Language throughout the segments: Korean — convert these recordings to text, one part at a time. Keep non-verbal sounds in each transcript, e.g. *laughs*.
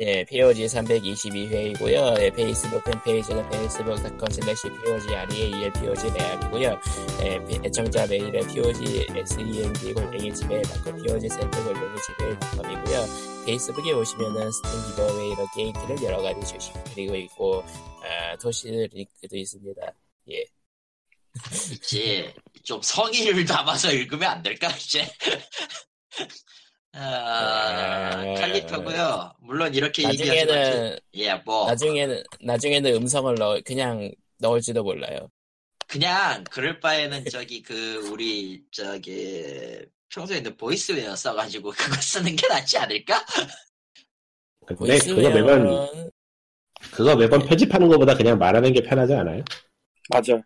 예, POG 322회이고요. 예, 페이스북 팬페이지는 facebook.com slash POG REAL POG 매학이고요. 예, 애청자 메일은 POG SEND E 골뱅이 지메일.com POG 센터 골뱅이 지메일.com이고요. 페이스북에 오시면은 스팀 기버웨이 이런 게임기를 여러 가지 주식 그리고 있고, 아, 도시 링크도 있습니다. 예. 이제 좀 성의를 담아서 읽으면 안 될까 이제 *laughs* 네. 아, 칼리터고요. 물론 이렇게 얘기하지만 어. 나중에는, 예뭐 나중에는, 나중에는 음성을 넣, 그냥 넣을지도 몰라요. 그냥 그럴 바에는 저기 그 우리 저기 평소에 있는 보이스웨어 써가지고 그거 쓰는 게 낫지 않을까? 근데 그거 네, 매번 보이스웨어는 그거 매번 편집하는 것보다 그냥 말하는 게 편하지 않아요? 맞아.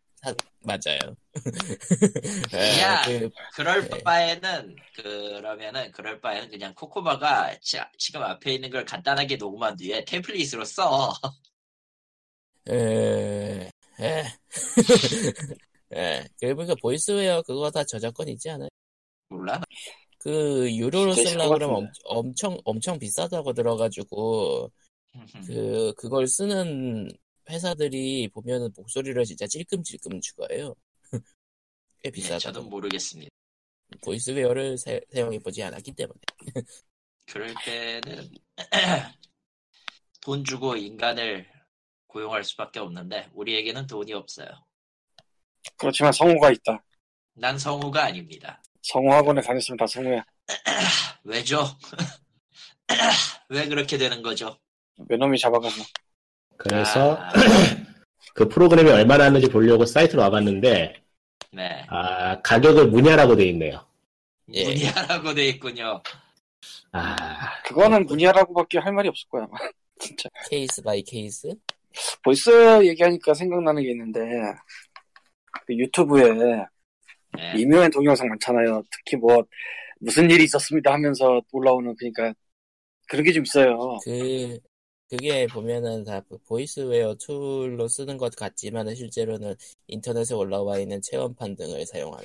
맞아요. *laughs* 야. 예, 그, 그럴 네. 바에는 그러면은 그럴 바에는 그냥 코코바가 자, 지금 앞에 있는 걸 간단하게 녹음한 뒤에 템플릿으로 써. 에, *laughs* 에. 에, 예, 그러니까 보이스웨어 그거 다 저작권 있지 않아요? 몰라. 그 유료로 되실 쓰려고 것 그러면 엄, 같은데. 엄청 엄청 비싸다고 들어가지고 그 그걸 쓰는 회사들이 보면은 목소리를 진짜 찔끔찔끔 추가해요. *laughs* 꽤 예, 저도 네, 뭐 비싸다고. 모르겠습니다. 보이스웨어를 사, 사용해 보지 않았기 때문에. 그럴 때는 돈 주고 인간을 고용할 수밖에 없는데 우리에게는 돈이 없어요. 그렇지만 성우가 있다. 난 성우가 아닙니다. 성우 학원에 다녔으면 다 성우야. 왜죠? *laughs* 왜 그렇게 되는 거죠? 외놈이 잡아가서. 그래서 아, 그 프로그램이 얼마나 하는지 보려고 사이트로 와봤는데 네 아 가격을 문야라고 돼 있네요. 예. 문의하라고 돼 있군요. 아 그거는 문의하라고밖에 할 말이 없을 거야. 아마. *laughs* 진짜. 케이스 바이 케이스. 보이스 얘기하니까 생각나는 게 있는데 그 유튜브에 네. 미묘한 동영상 많잖아요. 특히 뭐 무슨 일이 있었습니다 하면서 올라오는 그러니까 그런 게 좀 있어요. 그 그게 보면은 다그 보이스웨어 툴로 쓰는 것 같지만 실제로는 인터넷에 올라와 있는 체험판 등을 사용하는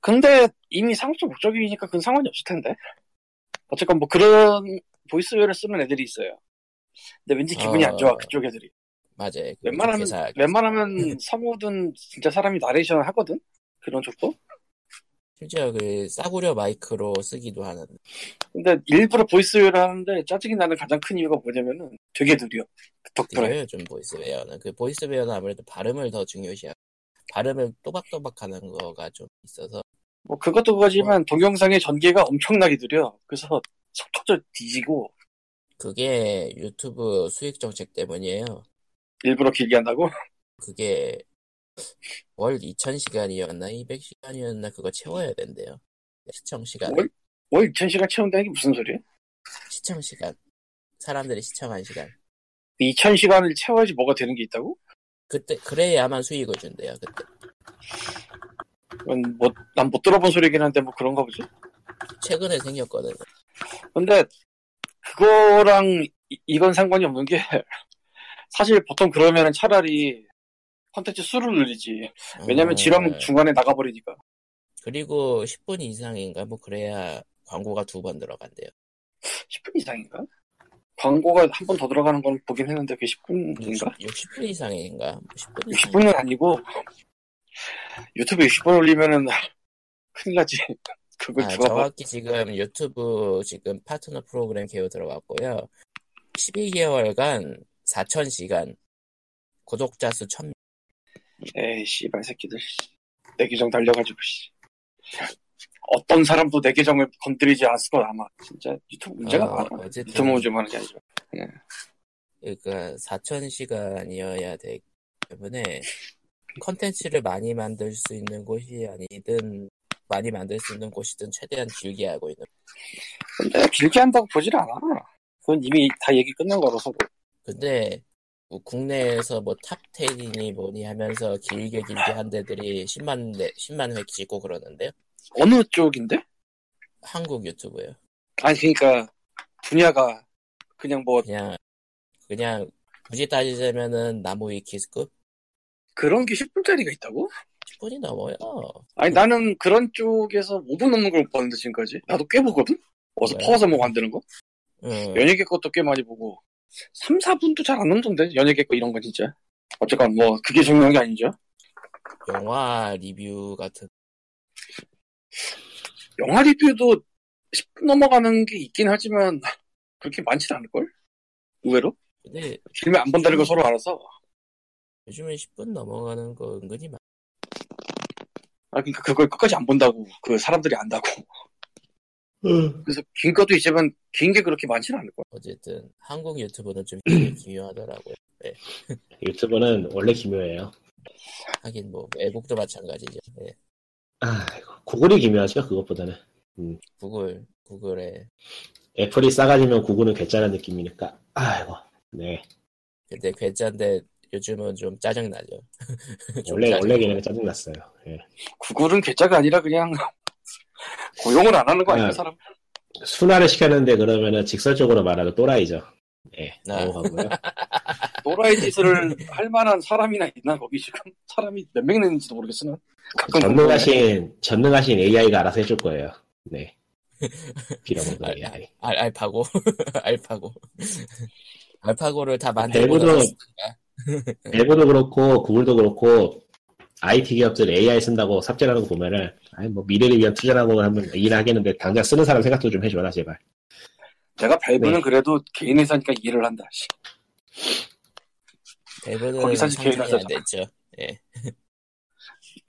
근데 이미 상업적 목적이니까 그건 상관이 없을 텐데. 어쨌건 뭐 그런 보이스웨어를 쓰는 애들이 있어요. 근데 왠지 기분이 어. 안 좋아 그쪽 애들이. 맞아요. 그 웬만하면 회사- 웬만하면 성우든 진짜 사람이 나레이션 하거든. 그런 쪽도. 실제로 그 싸구려 마이크로 쓰기도 하는. 근데 일부러 보이스웨어를 하는데 짜증이 나는 가장 큰 이유가 뭐냐면은 되게 느려. 그 덕분에. 그래요 좀 보이스웨어는 그 보이스웨어는 아무래도 발음을 더 중요시하고 발음을 또박또박하는 거가 좀 있어서 뭐 그것도 그거지만 동영상의 전개가 엄청나게 느려. 그래서 속도도 뒤지고 그게 유튜브 수익 정책 때문이에요. 일부러 길게 한다고. *laughs* 그게 월 2,000시간이었나 200시간이었나 그거 채워야 된대요. 시청 시간. 월? 월 어, 2,000시간 채운다는 게 무슨 소리야? 시청 시간. 사람들이 시청한 시간. 2,000시간을 채워야지 뭐가 되는 게 있다고? 그때 그래야만 수익을 준대요. 그때 그건 뭐, 난 못 들어본 소리긴 한데 뭐 그런가 보지. 최근에 생겼거든요. 근데 그거랑 이- 이건 상관이 없는 게 *laughs* 사실 보통 그러면은 차라리 컨텐츠 수를 늘리지. 왜냐면 어, 지라면 중간에 나가버리니까. 그리고 10분 이상인가 뭐 그래야 광고가 두 번 들어간대요. 10분 이상인가? 광고가 한 번 더 들어가는 건 보긴 했는데 그게 10분인가? 60, 분 이상인가? 10분 이상. 60분은 아니고 유튜브에 60분 올리면은 *laughs* 큰일 나지. *laughs* 그걸 아, 누가 봐. 정확히 지금 유튜브 지금 파트너 프로그램 개요 들어갔고요. 12개월간 4,000시간 구독자 수 1,000. 에이 씨발 새끼들. 내 계정 달려가지고 씨. 어떤 사람도 내 계정을 건드리지 않을 거 아마. 진짜 유튜브 문제가 어, 많아. 어쨌든 유튜브 문제만 뭐 하는 게 아니죠. 그러니까 4,000시간이어야 되기 때문에 컨텐츠를 많이 만들 수 있는 곳이 아니든 많이 만들 수 있는 곳이든 최대한 길게 하고 있는. 근데 길게 한다고 보질 않아. 그건 이미 다 얘기 끝난 거라서. 뭐 근데 뭐 국내에서 뭐탑 10이니 뭐니 하면서 길게 길게 한 데들이 10만 대 10만 회 찍고 그러는데요. 어느 쪽인데? 한국 유튜브요. 아니 그러니까 분야가 그냥 뭐 그냥 그냥 굳이 따지자면은 나무 위키스급 그런 게 10분짜리가 있다고? 10분이 넘어요. 아니 나는 그런 쪽에서 5분 넘는 걸 봤는데 지금까지 나도 꽤 보거든? 어서 네. 퍼와서 뭐 만드는 거? 음. 연예계 것도 꽤 많이 보고 3, 4분도 잘 안 넘던데 연예계 거 이런 거 진짜 어쨌건 뭐 그게 중요한 게 아니죠 영화 리뷰 같은 영화 리뷰도 10분 넘어가는 게 있긴 하지만 그렇게 많지는 않을걸? 의외로? 근데 길면 안 본다는 걸 서로 알아서 요즘에 10분 넘어가는 거 은근히 많 아 그러니까 그걸 끝까지 안 본다고 그 사람들이 안다고 *laughs* 그래서 긴 것도 있지만 긴 게 그렇게 많지는 않을걸 어쨌든 한국 유튜브는 좀 *clears throat* 기묘하더라고요 유튜브는 원래 기묘해요. 하긴 뭐 외국도 마찬가지죠 네. 아, 구글이 기묘하죠, 그것보다는. 구글 구글에 애플이 싸가지면 구글은 괜찮은 느낌이니까. 아이고, 네. 근데 괜찮은데 요즘은 좀 짜증나죠 좀 원래, 짜증- 원래 걔네가 짜증났어요. 예. 구글은 괴짜가 아니라 그냥 *laughs* 고용을 안 하는 거 아니야 네. 사람 순화를 시켰는데 그러면은 직설적으로 말하면 또라이죠. 예, 아. 넘어가고요. 노라이 짓을 할 만한 사람이나 있나 거기 지금 사람이 몇 명 있는지도 모르겠으나 가끔 궁금해. 전능하신, 전능하신 AI가 알아서 해줄 거예요. *laughs* 네. 빌어먹는 아, AI. 알, 알파고 *laughs* 알파고 알파고를 아, 네, 다 만들고 밸브도, 나서 밸브도 그렇고, 구글도 그렇고, IT 기업들 AI 쓴다고 삽질하는 거 보면은, 아이, 뭐, 미래를 위한 투자라고 하면 일하겠는데, 당장 쓰는 사람 생각도 좀 해줘라, 제발. 내가 밸브는 네. 그래도 개인 회사니까 이해를 한다 씨. 대부분은 거기서 상장이 계획을 안 됐죠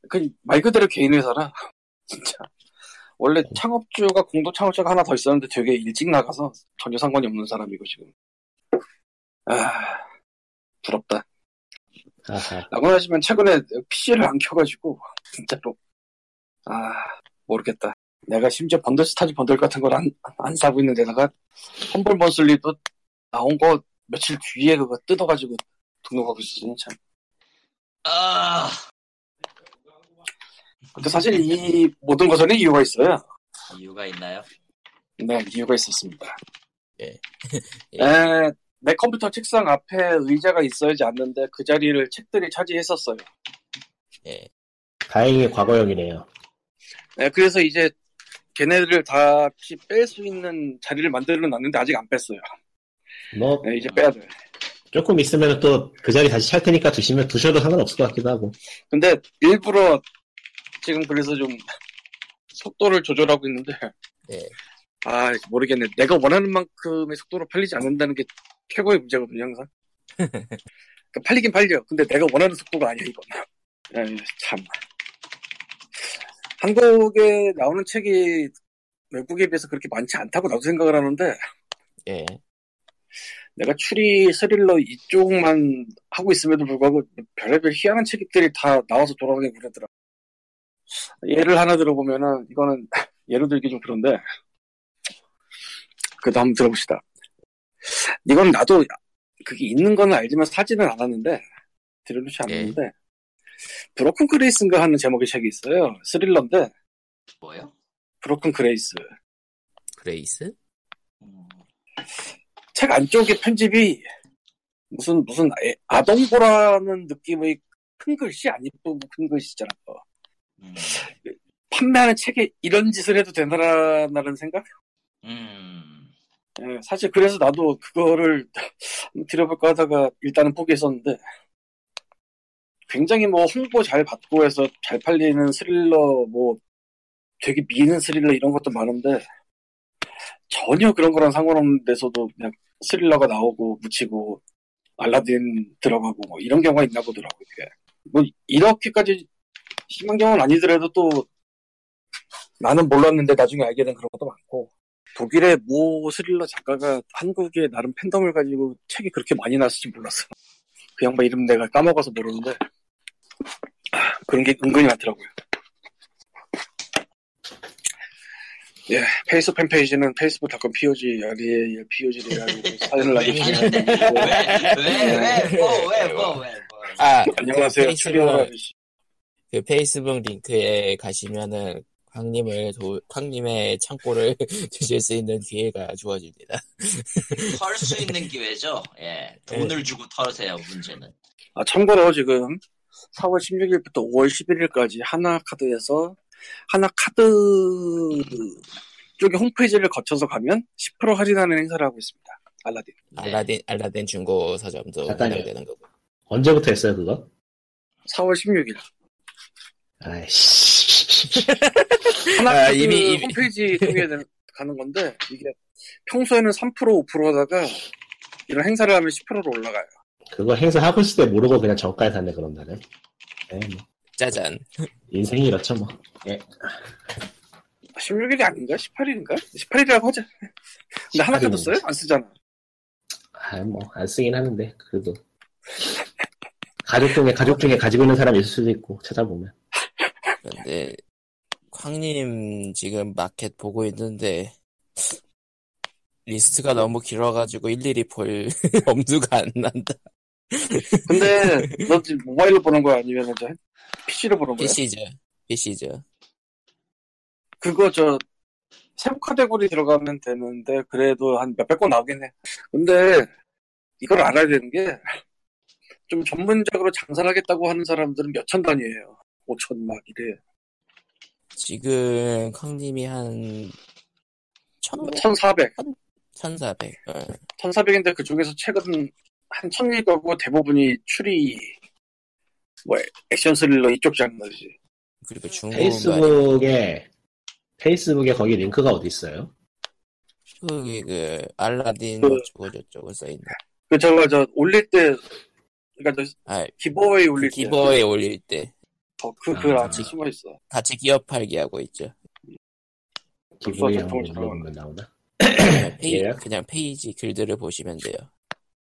그 말 그대로 개인 회사라 *laughs* 진짜 원래 창업주가 공동 창업자가 하나 더 있었는데 되게 일찍 나가서 전혀 상관이 없는 사람이고 지금 아 부럽다 아하. 라고 하시면 최근에 PC를 안 켜가지고 *laughs* 진짜로 아 모르겠다 내가 심지어 번들스타즈 번들 같은 걸 안 안 사고 있는 데다가 험블 먼슬리도 나온 거 며칠 뒤에 그거 뜯어가지고 등록하고 있었으니 참 아, 근데 사실 이 모든 것에는 이유가 있어요 이유가 있나요? 네, 이유가 있었습니다. 예. 예. *laughs* 에, 내 컴퓨터 책상 앞에 의자가 있어야지 않는데 그 자리를 책들이 차지했었어요. 예. 다행히 과거형이네요. 네, 그래서 이제 걔네들을 다 뺄 수 있는 자리를 만들어 놨는데 아직 안 뺐어요. 뭐, 네, 이제 빼야 돼. 조금 있으면 또 그 자리 다시 찰 테니까 두시면 두셔도 상관없을 것 같기도 하고. 근데 일부러 지금 그래서 좀 속도를 조절하고 있는데 네. 아 모르겠네. 내가 원하는 만큼의 속도로 팔리지 않는다는 게 최고의 문제거든요 항상. 그러니까 팔리긴 팔려. 근데 내가 원하는 속도가 아니야 이건. 에이, 참. 한국에 나오는 책이 외국에 비해서 그렇게 많지 않다고 나도 생각을 하는데 예. 내가 추리 스릴러 이쪽만 하고 있음에도 불구하고 별의별 희한한 책들이 다 나와서 돌아오게 그러더라. 예를 하나 들어보면은 이거는 *laughs* 예로 들기 좀 그런데 그다음 한번 들어봅시다. 이건 나도 그게 있는 건 알지만 사지는 않았는데 들여놓지 않았는데 브로큰 그레이스인가 하는 제목의 책이 있어요. 스릴러인데 뭐요? 브로큰 그레이스. 그레이스 음, 책 안쪽에 편집이 무슨 무슨 애- 아동보라는 느낌의 큰 글씨 안 이쁘고 큰 글씨잖아. 어. 음, 판매하는 책에 이런 짓을 해도 되나라는 생각? 음. 예, 사실 그래서 나도 그거를 *laughs* 한번 들여볼까 하다가 일단은 포기했었는데 굉장히 뭐 홍보 잘 받고 해서 잘 팔리는 스릴러 뭐 되게 미는 스릴러 이런 것도 많은데 전혀 그런 거랑 상관없는 데서도 그냥 스릴러가 나오고 묻히고 알라딘 들어가고 뭐 이런 경우가 있나 보더라고 이게 뭐 이렇게까지 심한 경우는 아니더라도 또 나는 몰랐는데 나중에 알게 된 그런 것도 많고 독일의 모 스릴러 작가가 한국에 나름 팬덤을 가지고 책이 그렇게 많이 나왔을지 몰랐어. 그 양반 이름 내가 까먹어서 모르는데 아, 그런 게 은근히 많더라고요. 예, 페이스 팬페이지는 페이스북.com POG, REAL, POG, REAL 사연을 남겨주시면 왜, 되고 왜, 왜, 뭐, 왜, 뭐, 왜, 뭐. 아 안녕하세요. 페이스북. 추리오라 아저씨. 그 페이스북 링크에 가시면은 광님을 도, 광님의 창고를 *laughs* 드실 수 있는 기회가 주어집니다. 털수 있는 기회죠. 예, 돈을 주고 털으세요. 문제는. 아, 참고로 지금 4월 16일부터 5월 11일까지 하나카드에서 하나카드 쪽에 홈페이지를 거쳐서 가면 10% 할인하는 행사를 하고 있습니다. 알라딘. 네. 아, 알라딘 알라딘 중고 서점도 간단해요. 운영되는 거고. 언제부터 했어요 그거? 4월 16일. 아이씨. 하나 아, 아, 이미- 이미, 이미- 홈페이지 통해 가는 건데 이게 평소에는 3% 5%하다가 이런 행사를 하면 10%로 올라가요. 그거 행사 하고 있을 때 모르고 그냥 저가에 샀네 그런 날은. 네, 뭐. 짜잔. 인생이 이렇죠 뭐. 16일이 아닌가? 18일인가? 18일이라고 하자. 근데 하나 십팔일인가? 가뒀어요? 안 쓰잖아. 아뭐안 쓰긴 하는데 그래도 가족 중에 가족 중에 가지고 있는 사람이 있을 수도 있고 찾아보면. 어, 근데 광님 지금 마켓 보고 있는데 리스트가 너무 길어가지고 일일이 볼 *laughs* 엄두가 안 난다. 근데 너 지금 모바일로 보는 거야? 아니면 이제 PC로 보는 거야? PC죠. PC죠. 그거 저 세부 카테고리 들어가면 되는데 그래도 한 몇백 건 나오긴 해. 근데 이걸 알아야 되는 게 좀 전문적으로 장사를 하겠다고 하는 사람들은 몇 천 단위예요. 5천 막 이래. 지금 광님이 한 1500, 1,400. 1400. 어. 1,400인데 그 중에서 최근 한1 0 0 0거고 대부분이 추리 뭐 액션 스릴러 이쪽 장르지. 그리고 중고 페이스북에 페이스북에 거기 링크가 어디 있어요? 그게 그 알라딘 그- 어쩌고 저쩌고 써 있는. 그 저거 저 올릴 때 그러니까 저 아, 기버웨이 그 올릴 때 기버에 올릴 때 어, 그, 그 아, 안에 숨어 있어. 같이 기업 팔기 하고 있죠. 기부에 벌써 한번 들어가네. 눌러보면 나오나? 그냥, 페이, 예. 그냥 페이지 글들을 보시면 돼요.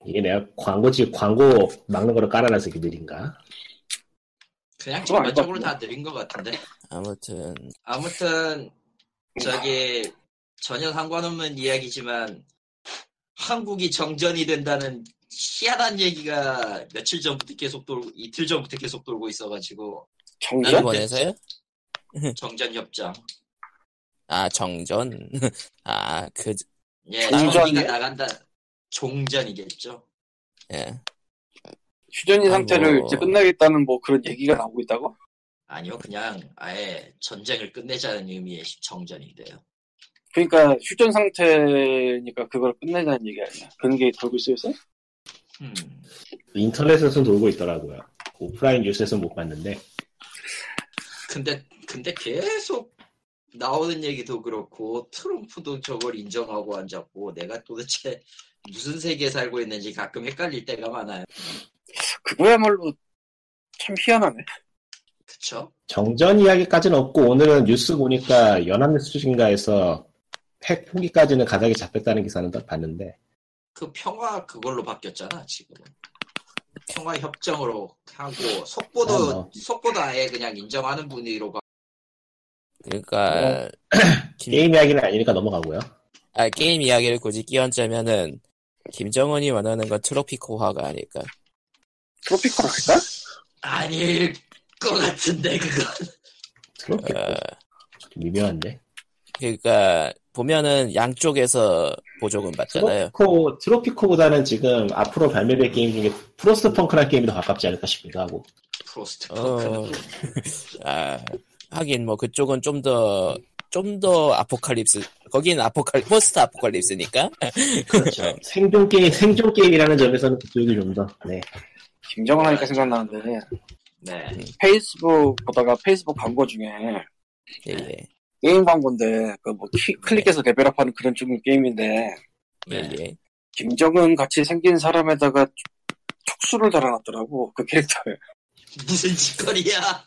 이게 내가 광고지 광고 막는 거로 깔아놔서 이게 느린가? 그냥 그거 아닐 것 전반적으로 다 느린 것 같은데. 아무튼 아무튼 저기 전혀 상관없는 이야기지만 한국이 정전이 된다는 희한한 얘기가 며칠 전부터 계속 돌고 이틀 전부터 계속 돌고 있어가지고 정전? 나는- 일본에서요? 정전 협정 아 정전. *laughs* 아그 예 종전이요? 정전이가 나간다 종전이겠죠 예. 휴전이 아이고. 상태를 이제 끝내겠다는 뭐 그런 얘기가 나오고 있다고? 아니요 그냥 아예 전쟁을 끝내자는 의미의 정전인데요 그러니까 휴전 상태니까 그걸 끝내자는 얘기 아니야. 그런 게 돌고 있어 있어? 음, 인터넷에서 돌고 있더라고요. 오프라인 뉴스에서 못 봤는데 근데 근데 계속 나오는 얘기도 그렇고 트럼프도 저걸 인정하고 앉았고 내가 도대체 무슨 세계에 살고 있는지 가끔 헷갈릴 때가 많아요 그거야말로 참 희한하네. 그쵸? 정전 이야기까지는 없고 오늘은 뉴스 보니까 연합뉴스인가에서 핵 포기까지는 가닥이 잡혔다는 기사는 딱 봤는데 음. 그 평화 그걸로 바뀌었잖아 지금은 평화 협정으로 하고 속보도 어, 아, 뭐. 속보도 아예 그냥 인정하는 분위기로 가 그러니까 어. 김, 게임 이야기는 아니니까 넘어가고요. 아, 게임 이야기를 굳이 끼얹자면은 김정은이 원하는 건 트로피코화가 아닐까. 트로피컬 할까? 아닐 것 같은데 그건 트로피 어, 미묘한데 그러니까 보면은 양쪽에서 보조금 받잖아요. 트로피코 트로피코보다는 지금 앞으로 발매될 게임 중에 프로스트펑크라는 게임이 더 가깝지 않을까 싶기도 하고 프로스트 펑크는 어, 아, 하긴 뭐 그쪽은 좀 더 좀 더 아포칼립스 거긴 아포칼 포스트 아포칼립스니까 그렇죠. *laughs* 생존 게임 생존 게임이라는 점에서는 그쪽이 좀더 네. 김정은 하니까 생각나는데 네 페이스북 보다가 페이스북 광고 중에 예, 예, 게임 광고인데 그 뭐 클릭해서 레벨업하는 그런 종류 게임인데 네. 예, 예. 김정은 같이 생긴 사람에다가 촉수를 달아놨더라고 그 캐릭터를. 무슨 짓거리야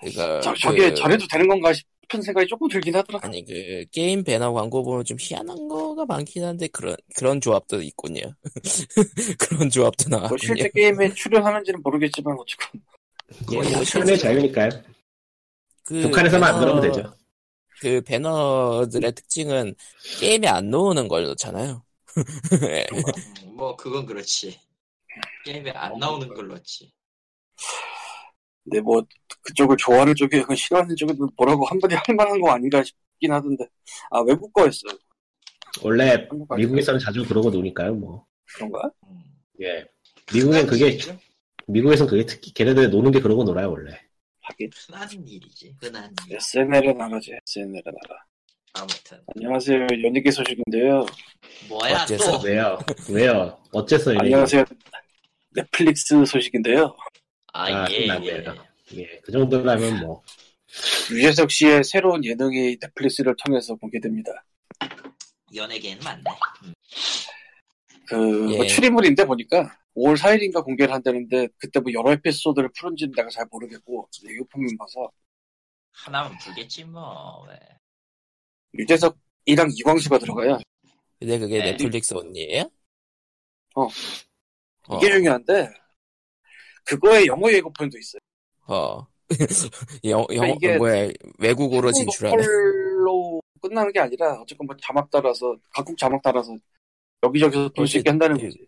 그러니까 저, 저게 그- 저래도 되는 건가 싶은 생각이 조금 들긴 하더라. 아니 그 게임 배너 광고 보면 좀 희한한 거가 많긴 한데 그런 그런 조합도 있군요. *laughs* 그런 조합도 뭐 나왔군요. 실제 게임에 출연하는지는 모르겠지만 어쨌건 예, 거의 뭐 최근의 실제 자유니까요. 그 북한에서만 안 배너- 들어도 되죠. 그 배너들의 특징은 게임에 안 넣는 걸 넣잖아요. 음, 뭐 그건 그렇지 게임에 어, 안 나오는 걸로 했지 근데 뭐 그쪽을 좋아하는 쪽이건 싫어하는 쪽이든 뭐라고 한마디 할 만한 거 아닌가 싶긴 하던데 아 외국 거였어 원래 한국 거 미국에서는 자주 그러고 노니까요. 뭐 그런가? 음. 예. 미국엔 그게 흔한 일이죠. 미국에선 그게 특히 걔네들 노는 게 그러고 놀아요 원래. 하긴 흔한 일이지 흔한 일 SNL은 알아지 SNL은 알아 아무튼 안녕하세요. 연예계 소식인데요. 뭐야 어째서 또 왜요? 왜요? 어째서 이래? 안녕하세요. 넷플릭스 소식인데요. 아, 아예 예. 끝났네요. 예, 그 정도라면 뭐 유재석 씨의 새로운 예능이 넷플릭스를 통해서 공개됩니다. 연예계는 맞네. 음. 그, 뭐 예. 추리물인데 보니까 5월 4일인가 공개를 한다는데 그때 뭐 여러 에피소드를 푸른지는 내가 잘 모르겠고 예고편만 봐서 하나만 불겠지 뭐. 왜. 유재석이랑 이광수가 들어가요. 근데 그게 네. 넷플릭스 언니예요? 어. 어, 이게 중요한데 그거에 영어 예고편도 있어요. 어. *laughs* 영, 영, 그러니까 이게 뭐야, 외국어로 한국 진출하는. 로 끝나는 게 아니라 어쨌건 뭐 자막 따라서 각국 자막 따라서 여기저기서 볼 수 있게 한다는 거지.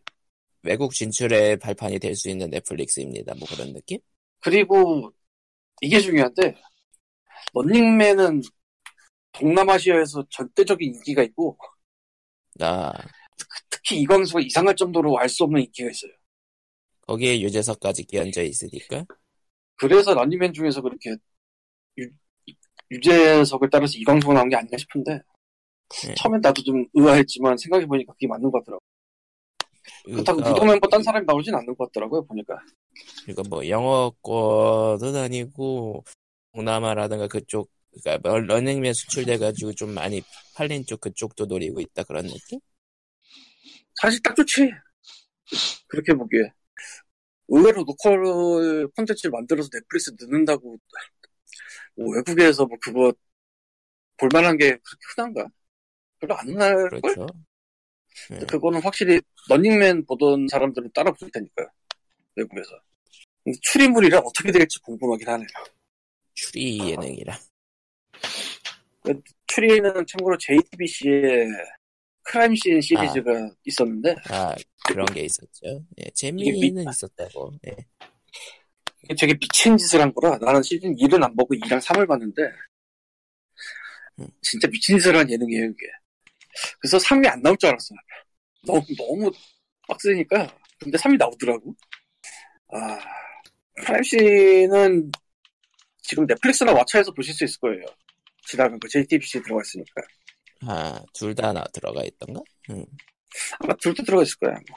외국 진출의 발판이 될 수 있는 넷플릭스입니다. 뭐 그런 느낌? 그리고 이게 중요한데 런닝맨은 동남아시아에서 절대적인 인기가 있고 아, 특히 이광수가 이상할 정도로 알 수 없는 인기가 있어요. 거기에 유재석까지 끼얹어 있으니까. 그래서 런닝맨 중에서 그렇게 유, 유재석을 따라서 이광수가 나온 게 아닌가 싶은데 네. 처음엔 나도 좀 의아했지만 생각해보니까 그게 맞는 것 같더라고. 그렇다고 그러니까 누구면 뭐딴 사람이 나오진 않는 것 같더라고요 보니까. 그러니까 뭐 영어권은 아니고 동남아라든가 그쪽 그러니까 뭐 러닝맨 수출돼가지고 좀 많이 팔린 쪽 그쪽도 노리고 있다 그런 느낌? 사실 딱 좋지. 그렇게 보기에. 의외로 로컬 콘텐츠를 만들어서 넷플릭스 넣는다고 뭐 외국에서 뭐 그거 볼만한 게 그렇게 흔한가? 별로 안 흔할 걸? 그렇죠. 네. 그거는 확실히 런닝맨 보던 사람들은 따라 볼 테니까요. 외국에서. 근데 추리물이라 어떻게 될지 궁금하긴 하네요. 추리 예능이라. 추리는 참고로 JTBC의 크라임씬 시리즈가 있었는데 아 그런 게 있었죠. 예, 이게 재미는 있었다고. 예. 이게 되게 미친 짓을 한 거라 나는 시즌 1은 안 보고 2랑 3을 봤는데 진짜 미친 짓을 한 예능이에요 이게 그래서 3이 안 나올 줄 알았어요 너무 너무 빡세니까 근데 3이 나오더라고 아 프라임씨는 지금 넷플릭스나 왓챠에서 보실 수 있을 거예요 지나간 거 JTBC 들어가 있으니까 아둘 다 나 들어가 있던가? 음. 아마 둘도 들어가 있을 거야 뭐.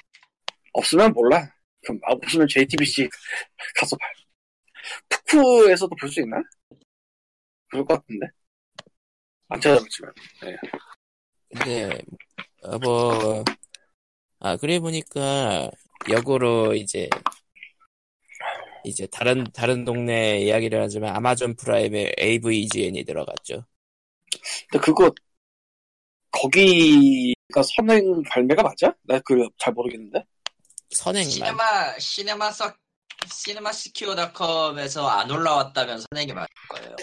없으면 몰라 그럼 아, 없으면 JTBC *laughs* 가서 봐 푸쿠에서도 볼 수 있나? 그럴 것 같은데 안 찾아봤지만 근데 어, 뭐, 아 그래 보니까 역으로 이제 이제 다른 다른 동네 이야기를 하지만 아마존 프라임에 AVGN이 들어갔죠. 근데 그거 거기가 선행 발매가 맞아? 나 그 잘 모르겠는데 선행만 시네마 시네마 석 시네마 시큐어닷컴에서 안 올라왔다면 선행이 맞을 거예요.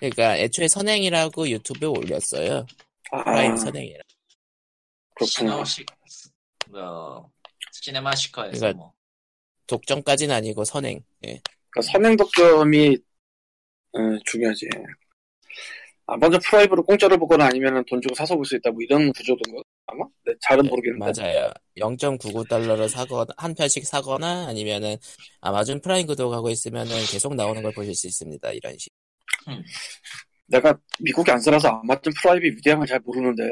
그러니까 애초에 선행이라고 유튜브에 올렸어요. 아 프라임 선행이라. 그렇구나 시네마시 뭐 시네마시커에서 그러니까- 뭐 독점까지는 아니고 선행. 예. 그러니까 선행 독점이 어, 중요하지 아, 먼저 프라이브로 공짜로 보거나 아니면 돈 주고 사서 볼 수 있다 뭐 이런 구조던가 아마? 네, 잘은 모르겠는데 맞아요. 0.99달러를 사거나 한 편씩 사거나 아니면은 아마존 프라임 구독하고 있으면은 계속 나오는 걸 보실 수 있습니다. 이런 식. 내가 미국에 안 살아서 아마존 프라이브 위대함을 잘 모르는데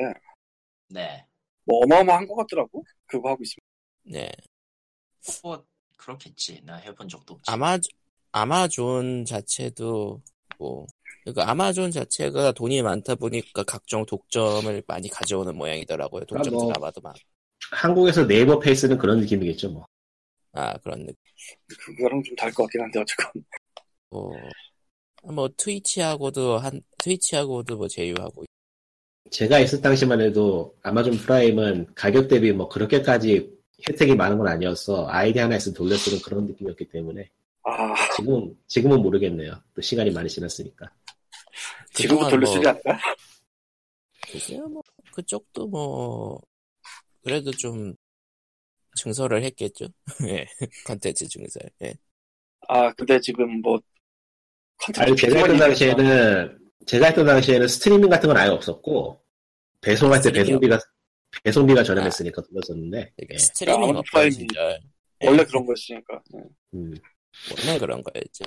네. 뭐 어마어마한 것 같더라고 그거 하고 있습니다 네. 뭐 그렇겠지. 나 해본 적도 없지. 아마 아마존 자체도 뭐 그러니까 아마존 자체가 돈이 많다 보니까 각종 독점을 많이 가져오는 모양이더라고요. 독점 아, 뭐. 드라마도 막. 한국에서 네이버 페이스는 그런 느낌이겠죠 뭐. 아 그런 느낌. 그거랑 좀 다를 것 같긴 한데 어쨌건 뭐, 뭐 트위치하고도 한 트위치하고도 뭐 제휴하고. 제가 있을 당시만 해도 아마존 프라임은 가격 대비 뭐 그렇게까지 혜택이 많은 건 아니었어. 아이디 하나 있으면 돌려 쓰는 그런 느낌이었기 때문에 아 지금 지금은 모르겠네요. 또 시간이 많이 지났으니까. 지금도 그동안 돌려쓰지 뭐, 않을까? 글쎄요, 뭐 그쪽도 뭐 그래도 좀 증설을 했겠죠. *laughs* 예, 컨텐츠 증설. 예. 아 근데 지금 뭐 컨텐츠 아니 제가 했던 비중이 있으니까 당시에는 제가 했던 당시에는 스트리밍 같은 건 아예 없었고 배송할 때 스트리밍이요? 배송비가 배송비가 저렴했으니까 돌렸었는데 그러니까 예. 스트리밍 아마존 없던 프라임이 시절 예, 원래 그런 거였으니까 네. 음. 원래 그런 거였죠.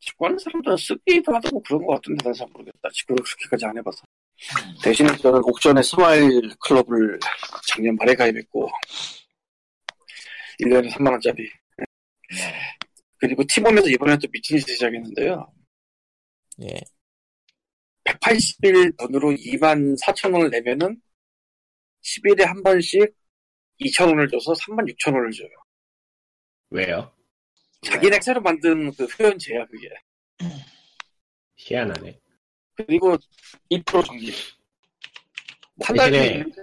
직구하는 사람들은 쓰기도 하고 그런 것 같은데 난 잘 모르겠다 직구를 그렇게까지 안 해봐서 대신에 저는 옥전에 스마일 클럽을 작년 말에 가입했고 1년에 3만원짜리 그리고 팀원에서 이번에 또 미친짓이 시작했는데요 예. 180일 돈으로 2만 4천 원을 내면은 10일에 한 번씩 2천 원을 줘서 3만 6천 원을 줘요 왜요? 자기네 새로 만든 그 회원제야 그게 희한하네. 그리고 2% 정지 한달 대신에- 뒤에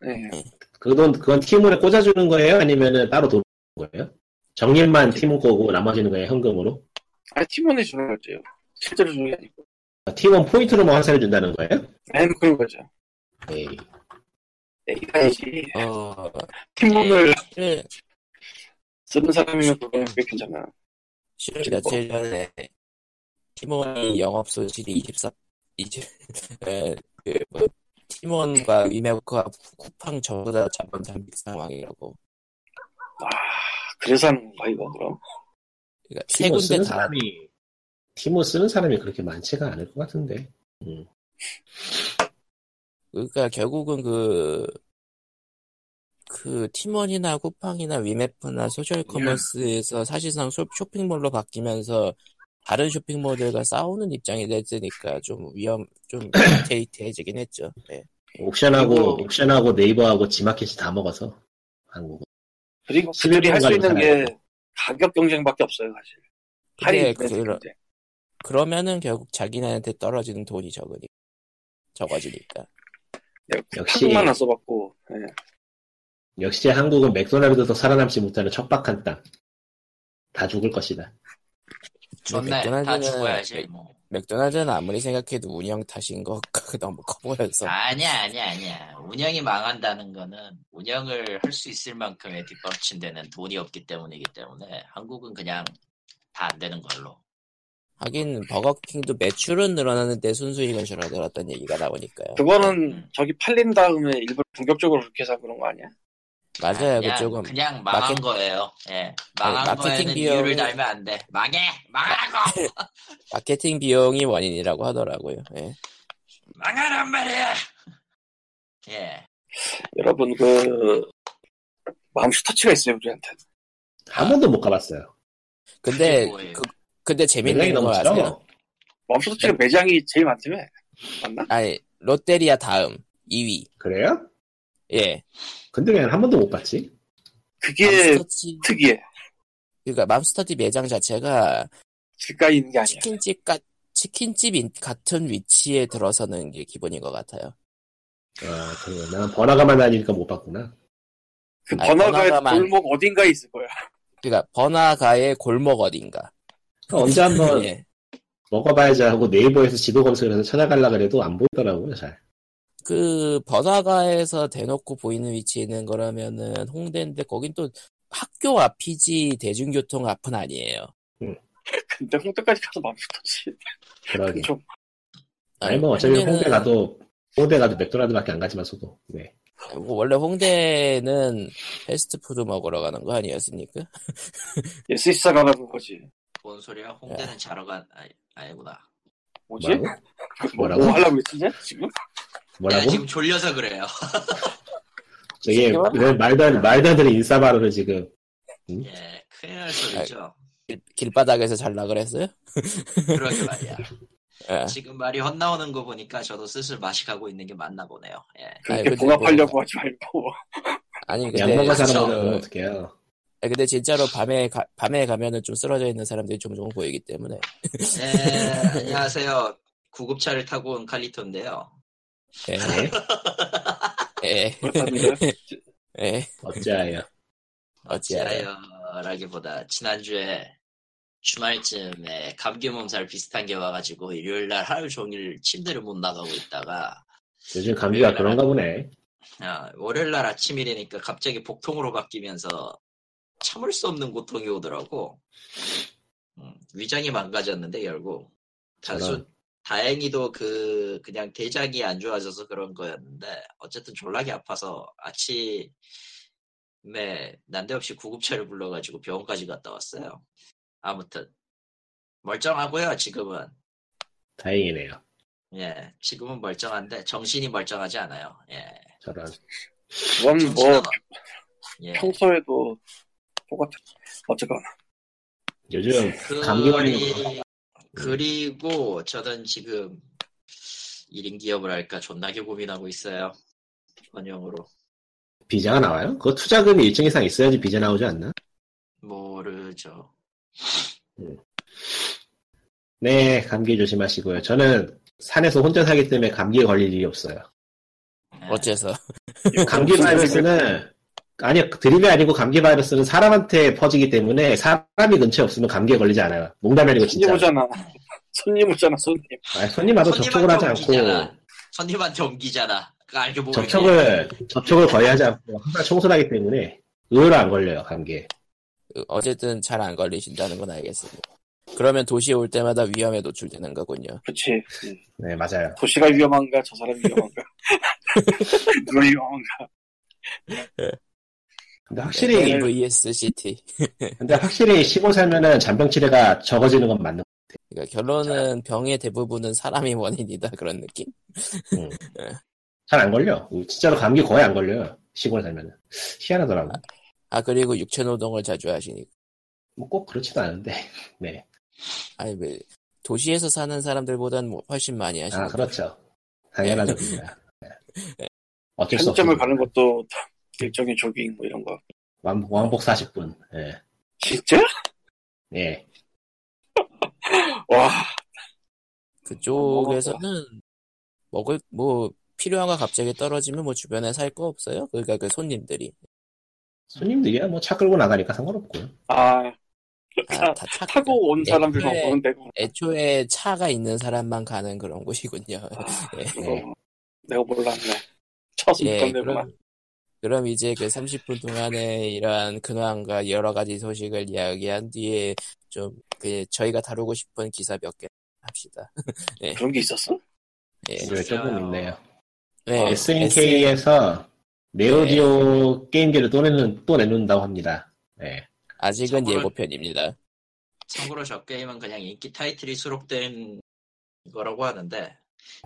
네. 그건 그건 팀으로 꽂아주는 거예요? 아니면은 따로 도는 거예요? 정립만 네. 팀은 거고 나머지는 그냥 현금으로? 아니 팀원이 주는 거죠 실제로 주는 게 아니고 아, 팀원 포인트로만 환산해 준다는 거예요? 네, 뭐 그런 거죠 네. 에이, 내가야지 어, 예. 팀원을 실- 쓰는 사람이면 그거는 꽤 괜찮아 실 며칠 전에 팀원이 영업 손실이 24, 20, 에, 그, 뭐, 팀원과 위메이커와 쿠팡 전부 다 자본 잠식 상황이라고. 그래서 하는 건가 이거 그럼 그러니까 세 팀원 군데 쓰는 다 사람이 팀원 쓰는 사람이 그렇게 많지가 않을 것 같은데. 그러니까 결국은 그, 그 팀원이나 쿠팡이나 위메프나 소셜 커머스에서 사실상 소- 쇼핑몰로 바뀌면서 다른 쇼핑몰들과 싸우는 입장이 됐으니까 좀 위험, 좀 *clears throat* 테이트해지긴 했죠. 예. 옥션하고 그리고- 옥션하고 네이버하고 지마켓이 다 먹어서 한국. 그리고 시대를 그들이 할 수 있는 가는 게 가격 경쟁밖에 없어요 사실 근데 할인 경쟁. 그러, 그러면은 결국 자기네한테 떨어지는 돈이 적으니, 적어지니까. 네, 역시- 한국만 안그 써봤고 예. 역시 한국은 맥도날드도 살아남지 못하는 척박한 땅. 다 죽을 것이다. 존나 다 맥도날드는- 죽어야지 뭐 맥도날드는 아무리 생각해도 운영 탓인 것 같고 *laughs* 너무 커 보여서. 아니야 아니야 아니야 운영이 망한다는 거는 운영을 할 수 있을 만큼의 뒷받침 되는 돈이 없기 때문이기 때문에 한국은 그냥 다 안 되는 걸로 하긴 버거킹도 매출은 늘어나는데 순수익은 줄어들었다는 얘기가 나오니까요. 그거는 저기 팔린 다음에 일부러 공격적으로 그렇게 해서 그런 거 아니야? 맞아요, 그냥, 그쪽은. 그냥 망한 네, 뭐 마케- 거예요. 예, 망한 아니, 네, 마케팅 거에는 비용이- 이유를 달면 안 돼. 망해, 망하라고, *laughs* 마케팅 비용이 원인이라고 하더라고요. 예. 망하란 말이야. *laughs* 예, 여러분 그 마음씨 터치가 있어요 우리한테. 아, 한 번도 못 가봤어요. 근데 그게 뭐예요? 그, 근데 재밌는 연락이 거 너무 아세요? 길어. 마음씨 터치가 매장이 제일 많다며? 맞나? 아니 롯데리아 다음 2위. 그래요? 예. 근데 왜 한 번도 못 봤지? 그게 맘스터치 특이해. 그러니까 맘스터치 매장 자체가 길가에 있는 게 아니야. 치킨집 같 치킨집 인- 같은 위치에 들어서는 게 기본인 것 같아요. 아, 그래. 난 번화가만 다니니까 못 봤구나. 그 아니, 번화가의 번화가만- 골목 어딘가에 있을 거야. *laughs* 그러니까 번화가의 골목 어딘가. 그러니까 언제 *laughs* 한번 예. 먹어봐야지 하고 네이버에서 지도 검색을 해서 찾아가려고 해도 안 보이더라고요, 잘. 그 번화가에서 대놓고 보이는 위치에 있는 거라면은 홍대인데 거긴 또 학교 앞이지 대중교통 앞은 아니에요. 근데 홍대까지 가서 마음씨 터치. 그러게. 좀 아니, 뭐, 어차피 홍대는- 홍대 가도, 홍대 가도 맥도날드밖에 안 가지만서도, 네. 뭐 원래 홍대는 패스트푸드 먹으러 가는 거 아니었습니까? SS사 가라는 거지. 뭔 소리야? 네. 홍대는 자러 간 아니, 아니구나. 뭐지? 뭐라고? 뭐, 뭐라고? 뭐 하려고 했지 지금? 뭐라고? 내가 지금 졸려서 그래요. 저게, 지금? 왜 말도 안, 말도 안 되는 인싸바로를 지금, 예, 큰일 날 소리죠. 길, 길바닥에서 잘라 그랬어요? 그러게 *laughs* 말이야. 예. 지금 말이 헛나오는 거 보니까 저도 슬슬 맛이 가고 있는 게 맞나 보네요. 예, 그렇게 근데 봉합하려고 하지 말고. *laughs* 아니 근데 양 먹은 그렇죠. 사람들은 어떡해요. 아니, 예, 근데 진짜로 밤에 가, 밤에 가면은 좀 쓰러져 있는 사람들이 종종 보이기 때문에 예 안녕하세요. 구급차를 타고 온 칼리토인데요. 예. 예. 그렇다는 거야. 예. 어째요. 어찌하여. 라기보다 지난주에 주말쯤에 감기 몸살 비슷한 게 와가지고 일요일 날 하루 종일 침대를 못 나가고 있다가 요즘 감기가 그런가 보네. 아, 월요일 날 아침이니까 갑자기 복통으로 바뀌면서 참을 수 없는 고통이 오더라고. 음, 위장이 망가졌는데 결국 단순 저런. 다행히도 그 그냥 대장이 안 좋아져서 그런 거였는데 어쨌든 졸라게 아파서 아침에 난데없이 구급차를 불러가지고 병원까지 갔다 왔어요. 아무튼 멀쩡하고요 지금은 다행이네요. 예, 지금은 멀쩡한데 정신이 멀쩡하지 않아요. 예, 저런. 그건 뭐 정신은- 예. 평소에도 똑같아. 어쨌거나. 요즘 감기 걸리는 네. 그리, 그리고 저는 지금 1인 기업을 할까 존나게 고민하고 있어요. 번영으로 비자가 나와요? 그거 투자금이 일정 이상 있어야지 비자 나오지 않나? 모르죠. 네, 감기 조심하시고요. 저는 산에서 혼자 살기 때문에 감기에 걸릴 일이 없어요. 네. 예. 어째서 감기 바이러스는 아니요 그 드립이 아니고 감기 바이러스는 사람한테 퍼지기 때문에 사람이 근처에 없으면 감기에 걸리지 않아요. 농담이 네, 아니고 손님 진짜. 오잖아. *laughs* 손님 오잖아, 손님. 아니, 손님하고 접촉을 하지 않고 옮기잖아. 손님한테 옮기잖아. 그 알게 모르게. 접촉을 접촉을 거의 하지 않고 항상 청소하기 때문에 의외로 안 걸려요 감기에. 어쨌든 잘 안 걸리신다는 건 알겠습니다. 그러면 도시에 올 때마다 위험에 노출되는 거군요. 그치. 음. 네 맞아요. 도시가 위험한가, 저 사람이 위험한가. *laughs* 누가 위험한가. 근데 확실히 네. vs city. 근데 확실히 시골 살면은 잔병 치레가 적어지는 건 맞는. 그러니까 결론은 병의 대부분은 사람이 원인이다 그런 느낌? 잘 안 걸려. 진짜로 감기 거의 안 걸려요. 시골 살면은 희한하더라고. 아 그리고 육체 노동을 자주 하시니까 뭐꼭 그렇지도 않은데. *laughs* 네. 아니 왜 도시에서 사는 사람들보단 뭐 훨씬 많이 하시는 아 그렇죠. 당연하죠. 네. 어쩔 수 편의점을 없죠. 가는 것도 일종의 조깅 뭐 이런 거. 왕, 왕복 40분. 예. 진짜? 예. 와, 그쪽에서는 먹을 뭐 필요한 거 갑자기 떨어지면 뭐 주변에 살 거 없어요? 그러니까 그 손님들이 손님들이야 뭐 차 끌고 나가니까 상관없고요. 아, 다, 다 차, 타고 온 사람들만 네. 보는 데고. 애초에 차가 있는 사람만 가는 그런 곳이군요. 예. 네. 어, 내가 몰랐네. 쳐서 *laughs* 예, 못건네구나 그럼, 그럼 이제 그 30분 동안에 이러한 근황과 여러 가지 소식을 이야기한 뒤에 좀 그 저희가 다루고 싶은 기사 몇 개 합시다. 그런 게 있었어? 예. 네, 조금 있네요. 네, SNK에서 예. 네오지오 게임기를 또 내는 또 내놓는다고 합니다. 예. 아직은 참고로- 예고편입니다. 참고로 저 게임은 그냥 인기 타이틀이 수록된 거라고 하는데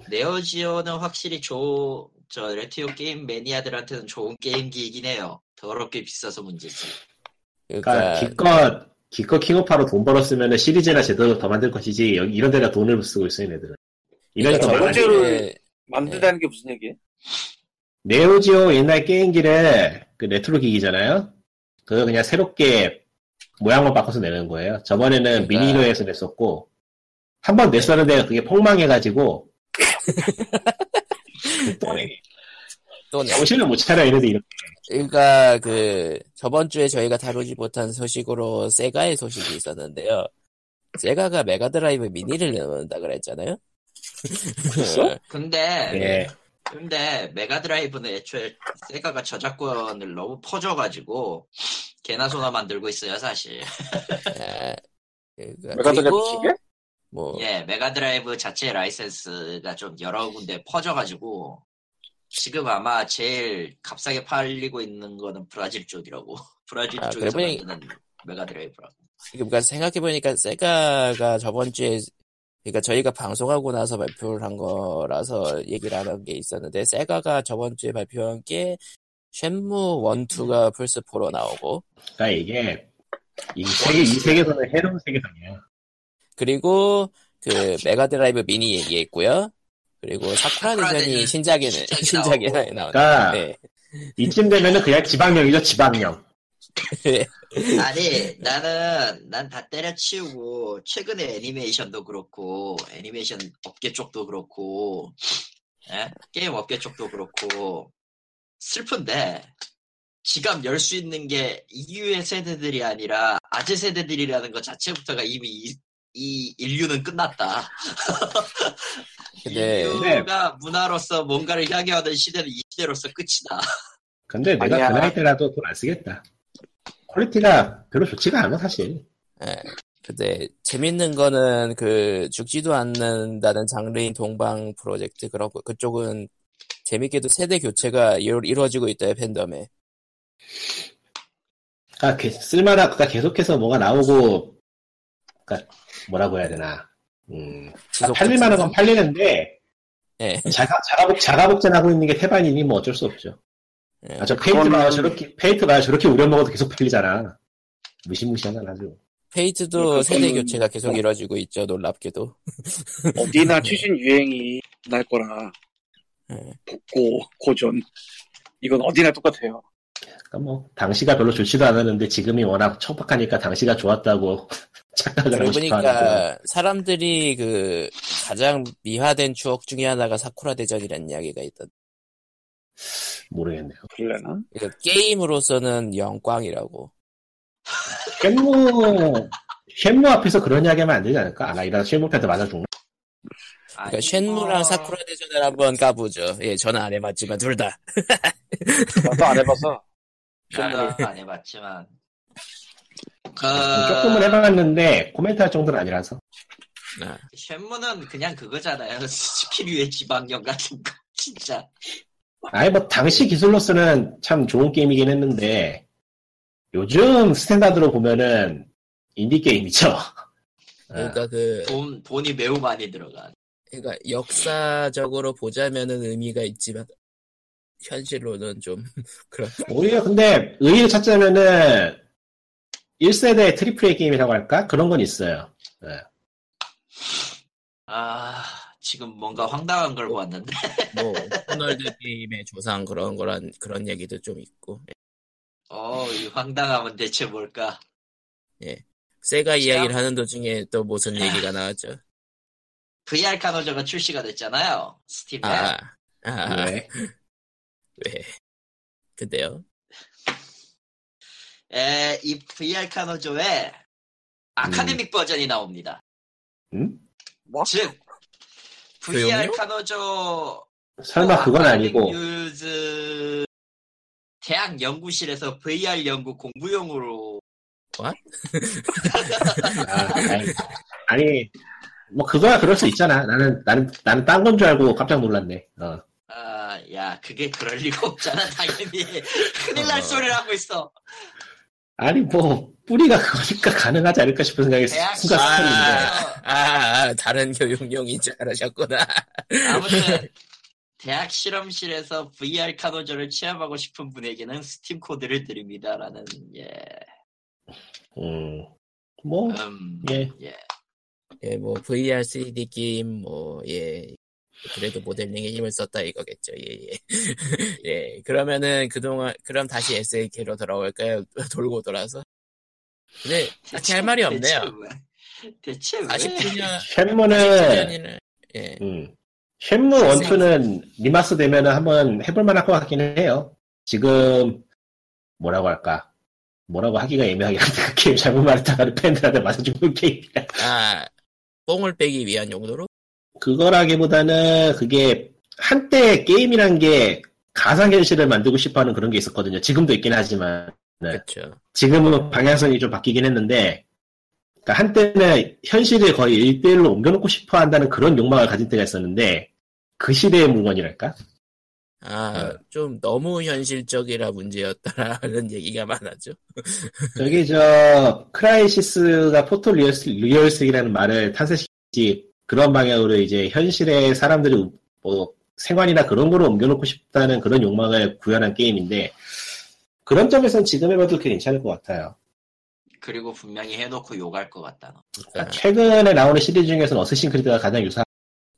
네오지오는 확실히 조, 저 레티오 게임 매니아들한테는 좋은 게임기이긴 해요. 더럽게 비싸서 문제지. 그러니까 그러니까 기껏 기껏 킹오파로 돈 벌었으면 시리즈나 제대로 더 만들 것이지 여기 이런 데다 돈을 쓰고 있어요, 얘네들은. 이런 그러니까 더 저번 많이- 주에- 저번주에 네. 만들다는 게 무슨 얘기야? 네오지오 옛날 게임기를 그 레트로 기기잖아요. 그거 그냥 새롭게 모양만 바꿔서 내는 거예요. 저번에는 아. 그러니까- 미니로에서 냈었고 한 번 냈었는데 그게 *laughs* 폭망해가지고 또 내- 또 내- 정신을 못 차려 이래도 이렇게 그러니까 그 저번 주에 저희가 다루지 못한 소식으로 세가의 소식이 있었는데요. 세가가 메가드라이브 미니를 내놓는다 그랬잖아요. 그랬어? 근데 네. 예. 근데 메가드라이브는 애초에 세가가 저작권을 너무 퍼줘가지고 개나 소나 만들고 있어요 사실. 예. 그러니까 메가드랩 그리고 기계? 뭐 예, 메가드라이브 자체 라이센스가 좀 여러 군데 퍼져가지고 지금 아마 제일 값싸게 팔리고 있는 거는 브라질 쪽이라고 *laughs* 브라질 아, 쪽에서 그러면 이- 만드는 메가드라이브라고 그러니까 생각해 보니까 세가가 저번 주에 그러니까 저희가 방송하고 나서 발표를 한 거라서 얘기를 안 한 게 있었는데 세가가 저번 주에 발표한 게 쉔무 1, 음. 2가 플스 4로 나오고 그러니까 이게 이 세계 이 세계선은 해로운 세계선이야. 그리고 그 메가드라이브 미니 얘기했고요. 그리고 사쿠라 사쿠라 대전이 대전 신작에 신작이 *laughs* 신작에 나오고. 나오는. 그러니까 네. 이쯤 되면은 그냥 지방령이죠 지방령. 네. 아니 나는 난 다 때려치우고 최근에 애니메이션도 그렇고 애니메이션 업계 쪽도 그렇고 예? 게임 업계 쪽도 그렇고 슬픈데 지갑 열 수 있는 게 이후의 세대들이 아니라 아재 세대들이라는 것 자체부터가 이미 이, 이 인류는 끝났다. 근데 인류가 문화로서 뭔가를 향해하던 시대는 이 시대로서 끝이다. 근데 내가 아니야. 그 나이 때라도 돈 안 쓰겠다. 퀄리티가 별로 좋지가 않아 사실. 근데 재밌는 거는 그 죽지도 않는다는 장르인 동방 프로젝트 그렇고 그쪽은 재밌게도 세대 교체가 이루- 이루어지고 있다요 팬덤에. 아, 그 쓸만한, 그니까 계속해서 뭐가 나오고, 그니까, 뭐라고 해야 되나. 음, 그러니까 지속 팔릴만한 건 팔리는데, 예. 자가, 자가복, 자가복제하고 있는 게 태반이니 뭐 어쩔 수 없죠. 예. 아, 저 페인트 봐 그거는- 저렇게, 페인트 봐 저렇게 우려먹어도 계속 팔리잖아. 무시무시하잖아, 아주. 페이트도 그러니까 세대 저는- 교체가 계속 이루어지고 있죠. 놀랍게도. 어디나 최신 유행이 날 거라 예. 복고 고전 이건 어디나 똑같아요. 그러니까 뭐, 당시가 별로 좋지도 않았는데 지금이 워낙 척박하니까 당시가 좋았다고 *laughs* 착각을 그러고 하고 싶어 하는 보니까 사람들이 그 가장 미화된 추억 중에 하나가 사쿠라 대전이라는 이야기가 있던. 모르겠네요. 그러려나? 그 게임으로서는 영광이라고. 쉔모, 쉔모 앞에서 그런 이야기 하면 안 되지 않을까? 아, 나 이러다 쉔모한테 맞아 죽나? 그러니까 쉔무랑 사쿠라 대전을 한번 까보죠. 예, 저는 안 해봤지만 둘 다. 나도 안 해봐서 아, 안 해봤지만. 조금은 해봤는데, 코멘트 할 정도는 아니라서. 쉔무는 그냥 그거잖아요. *laughs* 스키류의 지방령 같은 거. *laughs* 진짜. 아예 뭐, 당시 기술로서는 참 좋은 게임이긴 했는데, 요즘 스탠다드로 보면은, 인디게임이죠. 그러니까 그 돈, 돈이 매우 많이 들어가. 그러니까 역사적으로 보자면은 의미가 있지만 현실로는 좀 *laughs* 그런. 어, 오히려 근데 의의를 찾자면은 1세대 트리플 A 게임이라고 할까? 그런 건 있어요. 아, 지금 뭔가 황당한 걸 보았는데. *laughs* 뭐 오픈월드 게임의 조상 그런 거란 그런 얘기도 좀 있고 어, 이 황당함은 대체 뭘까? 세가 시작. 이야기를 하는 도중에 또 무슨 얘기가 나왔죠 VR 카노저가 출시가 됐잖아요. 스팀에. 아, 아 왜? 왜? 근데요 에, 이 VR 카노조에 아카데믹 버전이 나옵니다. 음? 뭐? 즉, VR 교육용? 카노조 설마 그건 아니고 뉴즈 대학 연구실에서 VR 연구 공부용으로 아, 아니, 아니, 뭐 그거야 그럴 수 있잖아. 나는 나는 나는 딴 건 줄 알고 깜짝 놀랐네. 어. 아, 야, 그게 그럴 리가 없잖아, 당연히. *laughs* 큰일 날 어. 소리를 하고 있어. 아니 뭐 뿌리가 그거니까 가능하지 않을까 싶은 생각이 대학 순간 스쳤는데 시절에서, 아, 아 다른 교육용인 줄 알았셨구나 네. 아무튼, 대학 실험실에서 VR 카노조를 체험하고 싶은 분에게는 스팀 코드를 드립니다라는, 예. 음, 뭐 음, 예. 예. 예뭐 VR 3D 게임 뭐예 그래도 모델링에 힘을 썼다 이거겠죠 예예 *laughs* 예 그러면은 그동안 그럼 다시 SAK로 돌아올까요 *laughs* 돌고 돌아서 근데 딱히 할 아, 말이 대체 없네요 왜- 대체 왜? 49년 네. 쉔모는 49년이나 예 음, 쉔무 1,2는 리마스 되면은 한번 해볼 만할 것 같긴 해요. 지금, 뭐라고 할까. 뭐라고 하기가 애매하긴 한데, *laughs* 그 게임 잘못 말했다가는 팬들한테 맞아 죽는 게임이라. 아, 뽕을 빼기 위한 용도로? 그거라기보다는 그게, 한때 게임이란 게 가상현실을 만들고 싶어 하는 그런 게 있었거든요. 지금도 있긴 하지만, 네. 그렇죠. 지금은 방향성이 좀 바뀌긴 했는데, 그러니까 한때는 현실을 거의 1대1로 옮겨놓고 싶어 한다는 그런 욕망을 가진 때가 있었는데, 그 시대의 물건이랄까? 아, 네. 좀 너무 현실적이라 문제였다라는 *laughs* 얘기가 많았죠. 아, 저기 저 크라이시스가 포토 리얼스, 리얼스이라는 말을 탄생시키지 그런 방향으로 이제 현실의 사람들이 우- 뭐 생활이나 그런 거로 옮겨놓고 싶다는 그런 욕망을 구현한 게임인데 그런 점에선 지금 해봐도 꽤 괜찮을 것 같아요. 그리고 분명히 해놓고 욕할 것 같다. 너. 그러니까 아. 최근에 나오는 시리즈 중에서는 어쌔신 크리드가 가장 유사.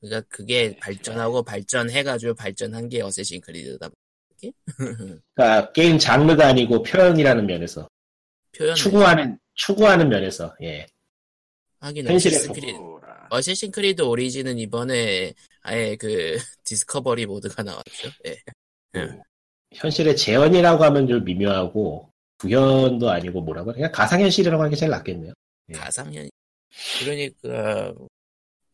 그러니까 그게 발전하고 발전해가지고 발전한 게 어쌔신 *laughs* 크리드다. 그러니까 게임 장르가 아니고 표현이라는 면에서 표현 추구하는 추구하는 면에서 예. 하긴 현실의 어쌔신 크리드. 오라. 어쌔신 크리드 오리진은 이번에 아예 그 *laughs* 디스커버리 모드가 나왔죠. 예. 현실의 재현이라고 하면 좀 미묘하고 구현도 아니고 뭐라고 그냥 가상현실이라고 하는 게 제일 낫겠네요. 예. 가상현. 그러니까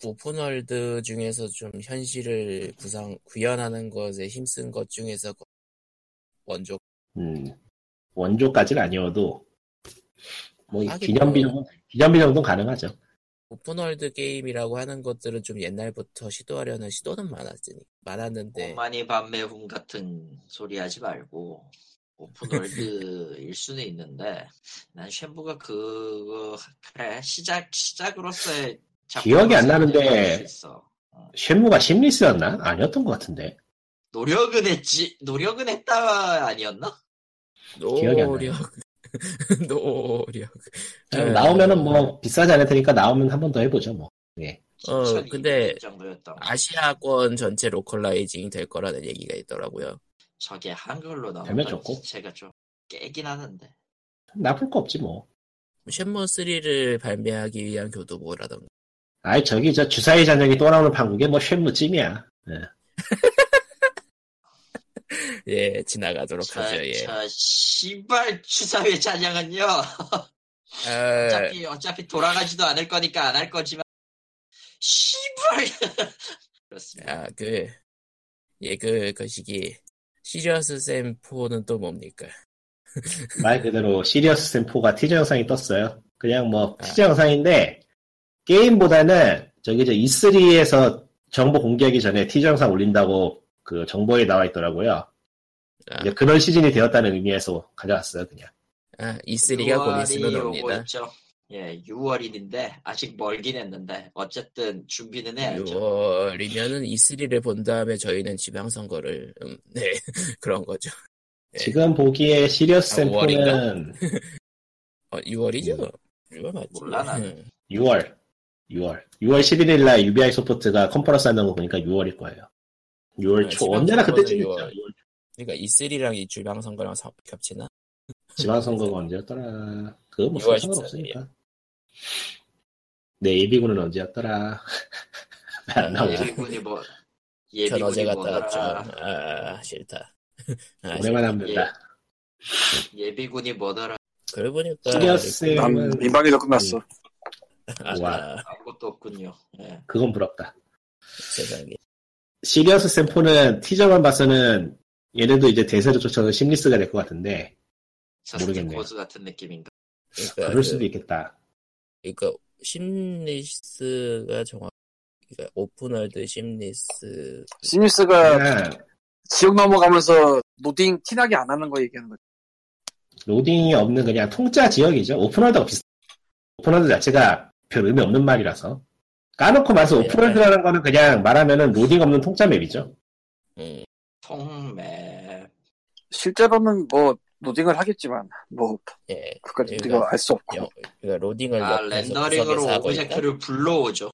오픈월드 중에서 좀 현실을 구상 구현하는 것에 힘쓴 것 중에서 원조 음, 원조까지는 아니어도 뭐이 하긴 기념비 뭐. 정도 기념비 정도 는 가능하죠. 오픈월드 게임이라고 하는 것들은 좀 옛날부터 시도하려는 시도는 많았으니 네. 많았는데 오만이 밤매훈 뭐 같은 소리 하지 말고 오픈월드일 수는 있는데 난 쉔부가 그거 그래 시작 시작으로서의 작품으로서의 기억이 안 나는데. 문제가 있을 수 있어. 쉐무가 심리스였나? 아니었던 것 같은데. 노력은 했지 노력은 했다 아니었나? 기억이 안 나요. 노력 *laughs* 노력 네. 예. 좀 나오면은 뭐 비싸지 않을 테니까 나오면 한 번 더 해보죠 뭐. 예. 어, 2002년 근데- 그 정도였던 거. 아시아권 전체 로컬라이징이 될 거라는 얘기가 있더라고요. 저게 한글로 되면 나오면 좋고. 제가 좀 깨긴 하는데 나쁠 거 없지 뭐. 쉔모 3를 발매하기 위한 교두보라던가 아이 저기 저 주사위 잔영이 또 나오는 방국에 뭐 쉐무 찜이야. 네. 예 그렇죠. 지나가도록 하죠. 자, 예. 자, 씨발 추사회 찬양은요. 아, 어차피 어차피 돌아가지도 않을 거니까 안 할 거지만 씨발 *laughs* 그렇습니다. 아, 그, 예, 그, 그 시기, 시리어스 샘4는 또 뭡니까? 말 그대로 시리어스 샘포가 티저 영상이 떴어요. 그냥 뭐 네. 티저 영상인데 게임보다는 저기 저 E3에서 정보 공개하기 전에 티저 영상 올린다고 그 정보에 나와 있더라고요. 아. 이제 그런 시즌이 되었다는 의미에서 가져왔어요 그냥. 아, E3가 곧 있으면 오고 옵니다. 있죠. 예, 6월인데 아직 멀긴 했는데 어쨌든 준비는 해야죠. 6월이면은 E3를 본 다음에 저희는 지방선거를, 음, 네, *laughs* 그런 거죠. 예. 지금 보기에 시리어스 아, 샘포는 어, 6월이죠? 6월 맞지? 음. 몰라, 나는. 음, *laughs* 6월, 6월, 6월 11일 날 UBI 소프트가 컨퍼런스 한다는 거 보니까 6월일 거예요. 6월 아, 초 지방 언제나 선거는 그때쯤 6월. 있죠. 그러니까 E3랑 이 지방선거랑 사- 겹치나? 지방선거가 언제였더라? 그거 뭐 6월 상관없으니까. 내 예비군은 언제였더라? *laughs* 왜안 네, 나오지? 예. 예비군이 *laughs* 뭐전 어제 예비군이 갔다 왔죠. 뭐더라? 아, 싫다. 아, 올해만 싫다. 하면 된다. 예비군이 뭐더라? 그러고 보니까. 시리어스 난 음. 민방위도 끝났어. *laughs* 아, 와. 아무것도 없군요. 예. 그건 부럽다. 세상에. 시리어스 샘포는 티저만 봐서는 얘네도 이제 대세를 쫓아서 심리스가 될 것 같은데 저스틴 모르겠네요. 코즈 같은 느낌인가? 그러니까 그럴 그- 수도 있겠다. 그러니까 심리스가 정확 그러니까 오픈월드 심리스 시니스가 그냥 지역 넘어가면서 노딩 티나게 안 하는 거 얘기하는 거지. 로딩이 없는 그냥 통짜 지역이죠. 오픈월드가 비슷. 오픈월드 자체가 별 의미 없는 말이라서 까놓고 말해서 네, 오픈월드라는 거는 그냥 말하면은 로딩 없는 통짜 맵이죠. 음, 통매 실제로는 뭐 노딩을 하겠지만 뭐 예 그까지 그러니까 우리가 알 수 없고 영- 그러니까 로딩을 아 옆에서 렌더링으로 구석에서 하고 있다? 오브젝트를 불러오죠.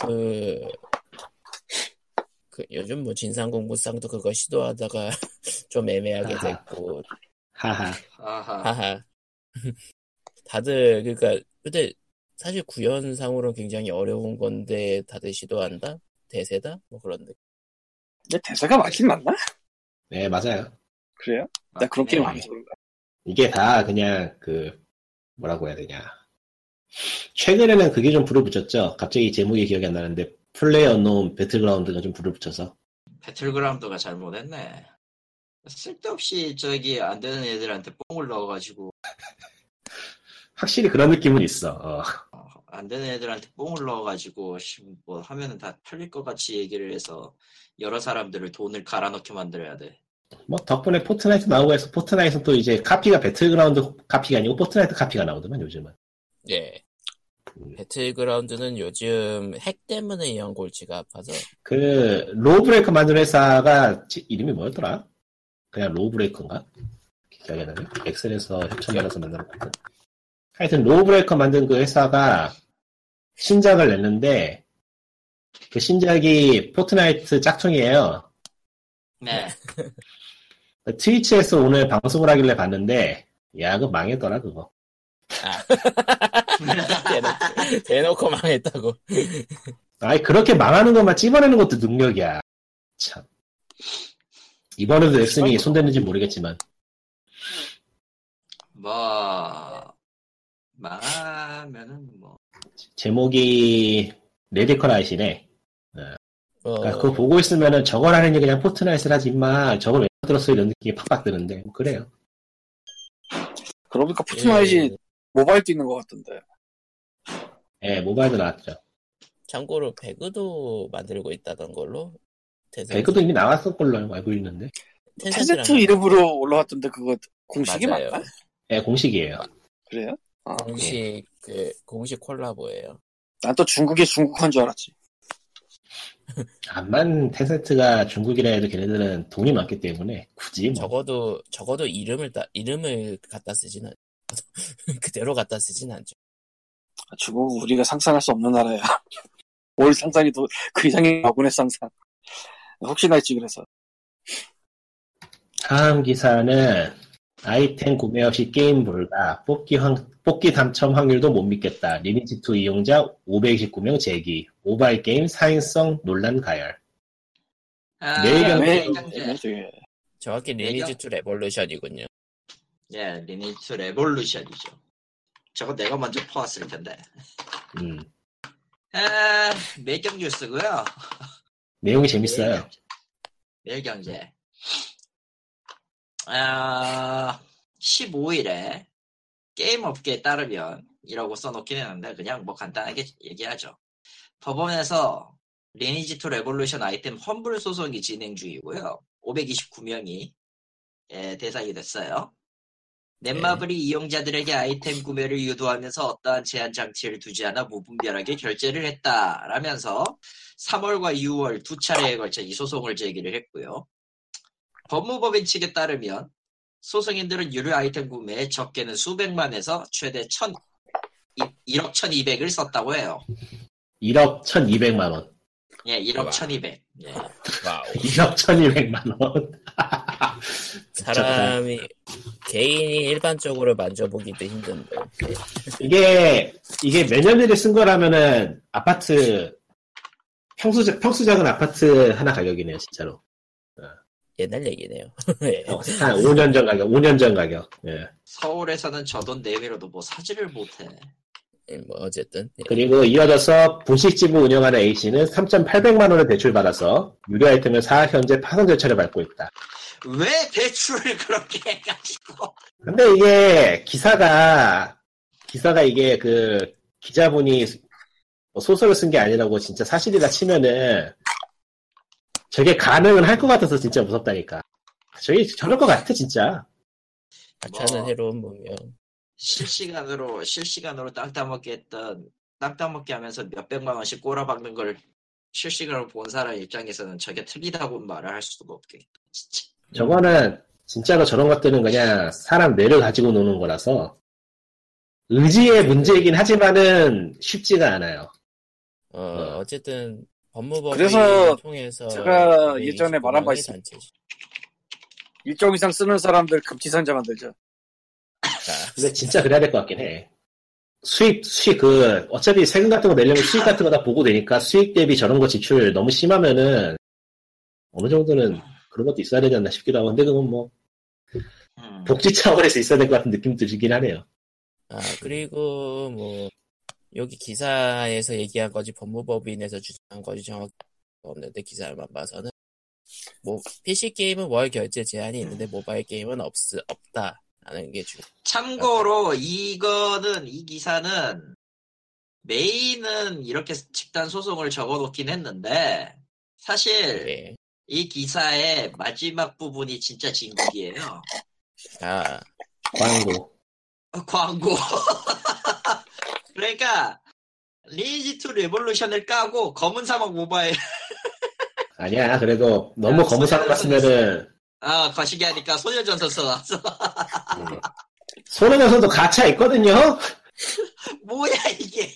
그, 그 요즘 뭐 진상공부상도 그거 시도하다가 *laughs* 좀 애매하게 아하. 됐고 하하. 아하. 하하 *laughs* 다들 그러니까 근데 사실 구현상으로 굉장히 어려운 건데 다들 시도한다 대세다 뭐 그런 느낌 근데 대사가 맞긴 맞나? 네 맞아요. 그래요? 나 그런 네. 게임 안 해서 그런가? 이게 다 그냥 그 뭐라고 해야 되냐. 최근에는 그게 좀 불을 붙였죠. 갑자기 제목이 기억이 안 나는데 플레이 언노운 배틀그라운드가 좀 불을 붙여서 배틀그라운드가 잘못했네. 쓸데없이 저기 안 되는 애들한테 뽕을 넣어가지고 확실히 그런 느낌은 있어. 어. 안 되는 애들한테 뽕을 넣어가지고 씨, 뭐 하면은 다 팔릴 것 같이 얘기를 해서 여러 사람들을 돈을 갈아넣게 만들어야 돼. 뭐 덕분에 포트나이트 나오고 해서 포트나이트 또 이제 카피가 배틀그라운드 카피가 아니고 포트나이트 카피가 나오더만 요즘은. 예 음. 배틀그라운드는 요즘 핵 때문에 이런 골치가 아파서 그 로브레이크 만든 회사가 지- 이름이 뭐였더라? 그냥 로브레이크인가? 기억이 안 나네. 엑셀에서 협찬받아서 만들었거든. 하여튼 로브레이크 만든 그 회사가 신작을 냈는데 그 신작이 포트나이트 짝퉁이에요. 네. 트위치에서 오늘 방송을 하길래 봤는데 야 그거 망했더라 그거. 대놓고, *laughs* 대놓고 망했다고. 아니 그렇게 망하는 것만 찝어내는 것도 능력이야. 참. 이번에도 엑슨이 손댔는지 모르겠지만 *laughs* 뭐 망하면은 뭐 제목이 레디컬 아이시네. 어, 그러니까 그거 보고 있으면은 저걸 하느니 그냥 포트나잇을 하지 마. 저걸 왜 만들었어? 이런 느낌이 팍팍 드는데. 뭐 그래요. 그러니까 포트나잇이 예, 모바일도 있는 것 같던데. 예, 모바일도 나왔죠. 참고로 배그도 만들고 있다던 걸로. 텐센트- 예, 배그도 이미 나왔을 걸로 알고 있는데. 텐센트랑 텐센트 이름으로 올라왔던데 그거 공식이 맞아요. 맞나? 예, 공식이에요. 그래요? 공식 그 공식 콜라보예요. 난 또 중국이 중국한 줄 알았지. 암만 텐센트가 중국이라 해도 걔네들은 돈이 많기 때문에 굳이 뭐 적어도 적어도 이름을 따, 이름을 갖다 쓰진 않 *laughs* 그대로 갖다 쓰진 않죠. 아, 중국은 우리가 상상할 수 없는 나라야. *laughs* 올 상상이 더 그 이상의 마군의 상상. 혹시나 있지 그래서. 다음 기사는 아이템 구매 없이 게임 불가 뽑기 확- 뽑기 당첨 확률도 못 믿겠다 리니지 2 이용자 529명 제기 모바일 게임 사행성 논란 가열 아, 내가 왜, 네, 왜- 당장. 되게 정확히 리니지 2 레볼루션이군요. 예, 리니트 레볼루션이죠. 저거 내가 먼저 퍼왔을 텐데. 음, 아, 매경 뉴스고요. 내용이 재밌어요 네, 매일경제. 아, 15일에 게임 업계에 따르면 이라고 써놓긴 했는데 그냥 뭐 간단하게 얘기하죠. 법원에서 리니지 2 레볼루션 아이템 환불 소송이 진행 중이고요. 529명이 예, 대상이 됐어요. 넷마블이 이용자들에게 아이템 구매를 유도하면서 어떠한 제한 장치를 두지 않아 무분별하게 결제를 했다라면서 3월과 6월 두 차례에 걸쳐 이 소송을 제기를 했고요. 법무법인 측에 따르면 소송인들은 유료 아이템 구매에 적게는 수백만에서 최대 1000, 1억 1200을 썼다고 해요. 1억 1200만 원 *laughs* 예, 1억 와. 1200. 예. 와우. 1억 1200만 원 사람이 개인이 일반적으로 만져보기도 힘든데 네. 이게 이게 몇년 전에 쓴 거라면은 아파트 평수 평수 작은 아파트 하나 가격이네요 진짜로 옛날 얘기네요. *laughs* 예. 어, 한 5년 전 가격 5년 전 가격 예. 서울에서는 저 돈 내밀어도 뭐 사지를 못해. 뭐 어쨌든 예. 그리고 이어져서 분식집을 운영하는 A씨는 3,800만 원을 대출받아서 유료 아이템을 사 현재 파손 절차를 밟고 있다. 왜 대출을 *laughs* 그렇게 해가지고. 근데 이게 기사가 기사가 이게 그 기자분이 뭐 소설을 쓴 게 아니라고 진짜 사실이라 치면은 저게 가능은 할 것 같아서 진짜 무섭다니까. 저게 저럴 것 같아 진짜. 가차는 뭐. 해로운 문명. 실시간으로, 실시간으로 땅 따먹기 했던, 땅 따먹기 하면서 몇백만 원씩 꼬라박는 걸 실시간으로 본 사람 입장에서는 저게 틀리다고 말을 할 수도 없겠다. 진짜. 저거는 진짜로 저런 것들은 그냥 사람 뇌를 가지고 노는 거라서 의지의 문제이긴 하지만은 쉽지가 않아요. 어, 어. 어쨌든 법무법을 그래서 통해서 제가 예전에 229 말한 바 명의 있습니다. 단체죠. 일정 이상 쓰는 사람들 금지선제 만들죠. 자, 근데 진짜 그래야 될 것 같긴 해. 수익, 수익, 그, 어차피 세금 같은 거 내려면 수익 같은 거 다 보고 되니까 수익 대비 저런 거 지출 너무 심하면은 어느 정도는 그런 것도 있어야 되지 않나 싶기도 하고, 근데 그건 뭐, 음. 복지 차원에서 있어야 될 것 같은 느낌도 들긴 하네요. 아, 그리고 뭐 여기 기사에서 얘기한 거지 법무법인에서 주장한 거지 정확히 없는데 기사만 봐서는 뭐 PC 게임은 월 결제 제한이 있는데 모바일 게임은 없 없다라는 게 주. 참고로 이거는 이 기사는 메인은 이렇게 집단 소송을 적어놓긴 했는데 네. 사실 예. 이 기사의 마지막 부분이 진짜 진국이에요. 아, 광고. 어, 광고. *laughs* 그러니까 리니지 2 레볼루션을 까고 검은 사막 모바일 아니야, 그래도 너무 야, 검은 사람 같으면은, 아 거시기 하니까 소녀전선 써놨어. 손해에서도 가차 있거든요? *laughs* 뭐야 이게?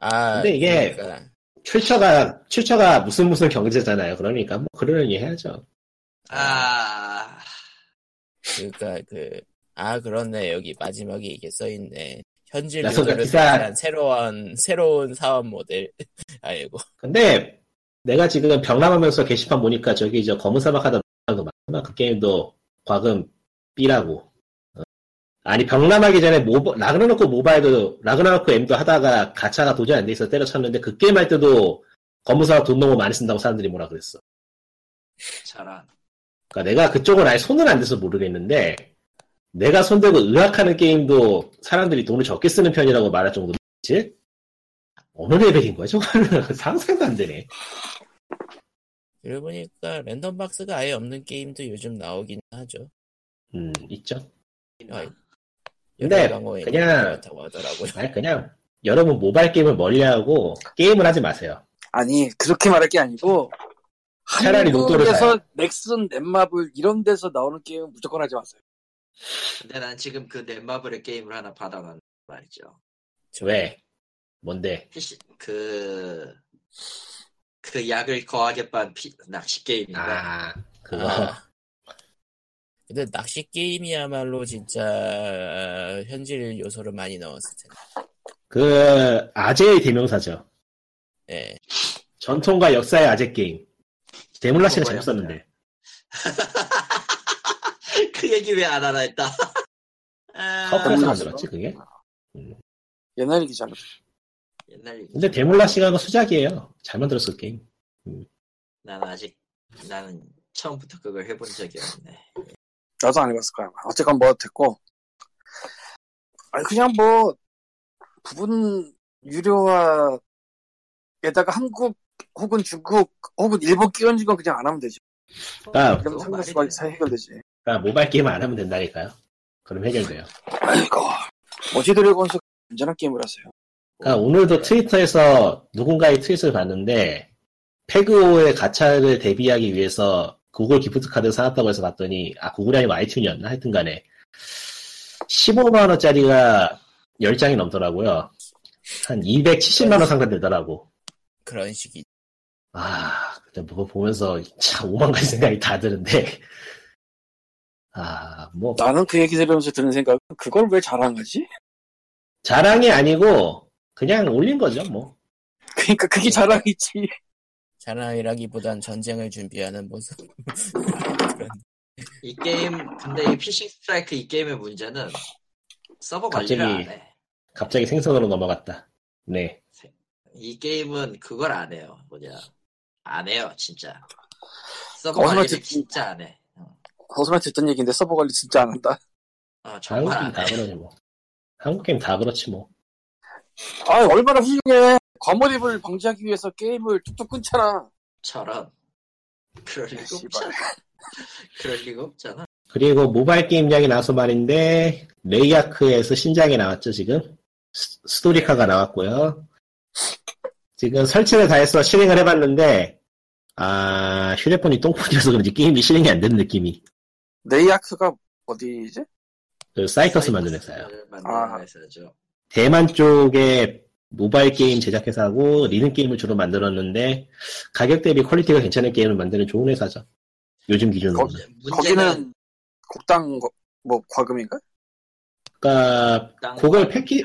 아, 아. 근데 이게- 그러니까, 출처가, 출처가 무슨 무슨 경제잖아요. 그러니까 뭐, 그러려니 해야죠. 아 그러니까 그, 아, 그렇네. 여기 마지막에 이게 써있네. 현질 야, 소가 요소를 기사- 배치한 새로운, 새로운 사업 모델. *laughs* 아이고. 근데, 내가 지금 병남하면서 게시판 보니까 저기 저 검은 사막 하다 그 맞나? 그 게임도 과금 B라고. 어. 아니 병남하기 전에 모바, 라그나노크 모바일도 라그나노크 M도 하다가 가차가 도저히 안 돼 있어 때려쳤는데 그 게임 할 때도 검은 사막 돈 너무 많이 쓴다고 사람들이 뭐라 그랬어. 잘한. 그러니까 내가 그쪽은 아예 손을 안 대서 모르겠는데 내가 손대고 의학하는 게임도 사람들이 돈을 적게 쓰는 편이라고 말할 정도지? 어느 레벨인 거야? 저거는 *laughs* 상상도 안 되네. 그러고 보니까 랜덤 박스가 아예 없는 게임도 요즘 나오긴 하죠. 음, 있죠. 아이, 근데 여러 광고에 네. 그냥- 그렇다고 하더라고요. *laughs* 아니 그냥 여러분 모바일 게임을 멀리하고 게임을 하지 마세요. 아니 그렇게 말할 게 아니고 차라리 로또를 한국에서 넥슨, 넷마블 이런 데서 나오는 게임은 무조건 하지 마세요. 근데 난 지금 그 넷마블의 게임을 하나 받아놨는 말이죠. 왜? 뭔데? PC 그, 그 약을 거하게 빤 피, 낚시 게임인가? 아 그거 아. 근데 낚시 게임이야말로 진짜 현실 요소를 많이 넣었을 텐데. 그 아재의 대명사죠. 예. 전통과 역사의 아재 게임. 데몰라 씨는 뭐야, 재밌었는데. *laughs* 그 얘기 왜 안 하나 했다. *laughs* 아, 카우프에서 데몰라 만들었지 씨가? 그게? 옛날 얘기잖아. 옛날 얘기. 근데 데몰라 씨가 그 수작이에요. 잘 만들었어 그 게임. 난 아직, 나는 처음부터 그걸 해본 적이 없네. 나도 안 해봤을 거야. 아마. 어쨌건 뭐 됐고. 아니 그냥 뭐 부분 유료화에다가 한국 혹은 중국 혹은 일본 끼얹은 건 그냥 안 하면 되지. 아. 그럼 그거 말이 상관없이 되네. 해결되지. 그러니까 모바일 게임 안 하면 된다니까요. 그럼 해결돼요. 아이고 어지 드래곤스 안전한 게임을 하세요. 그러니까 네. 오늘도 트위터에서 누군가의 트윗을 봤는데 페그오의 가차를 대비하기 위해서 구글 기프트 카드 사놨다고 해서 봤더니 아 구글이 아니면 아이튠이었나 하여튼간에 15만 원짜리가 10장이 넘더라고요. 한 270만 원 상당 되더라고. 그런 식이. 아 근데 뭐 보면서 참 오만 가지 생각이 다 드는데 아뭐 나는 그 얘기 들으면서 드는 생각은 그걸 왜 자랑하지? *laughs* 자랑이 아니고 그냥 올린 거죠 뭐. 그러니까 그게 자랑이지. 자랑이라기보단 전쟁을 준비하는 모습. 그런- 이 게임, 근데 이 피싱 스트라이크 이 게임의 문제는 서버 갑자기- 관리를 안 해. 갑자기 생선으로 넘어갔다. 네. 이 게임은 그걸 안 해요. 뭐냐. 안 해요, 진짜. 서버 어서 관리를 맞지? 진짜 안 해. 어, 거기서만 듣던 얘기인데 서버 관리 진짜 안 한다. 어, 정말 한국 게임 안 다 해. 그러지 뭐. 한국 게임 다 그렇지 뭐. 아 얼마나 훌륭해. 과몰입을 방지하기 위해서 게임을 툭툭 끊잖아. 저런. 그럴 리가 씨발. 없잖아. 그럴 리가 없잖아. 그리고 모바일 게임장이 나와서 말인데 레이아크에서 신작이 나왔죠 지금 스- 스토리카가 나왔고요. 지금 설치를 다 해서 실행을 해봤는데 아 휴대폰이 똥폰이어서 그런지 게임이 실행이 안 되는 느낌이. 네이아크가 어디지? 그 사이커스 만든 회사요. 아. 만드는 회사죠. 대만 쪽에 모바일 게임 제작회사고 리듬 게임을 주로 만들었는데 가격 대비 퀄리티가 괜찮은 게임을 만드는 좋은 회사죠. 요즘 기준으로. 거기- 문제는 거기는 곡당 거- 뭐 과금인가? 그러니까 땅- 곡을 패키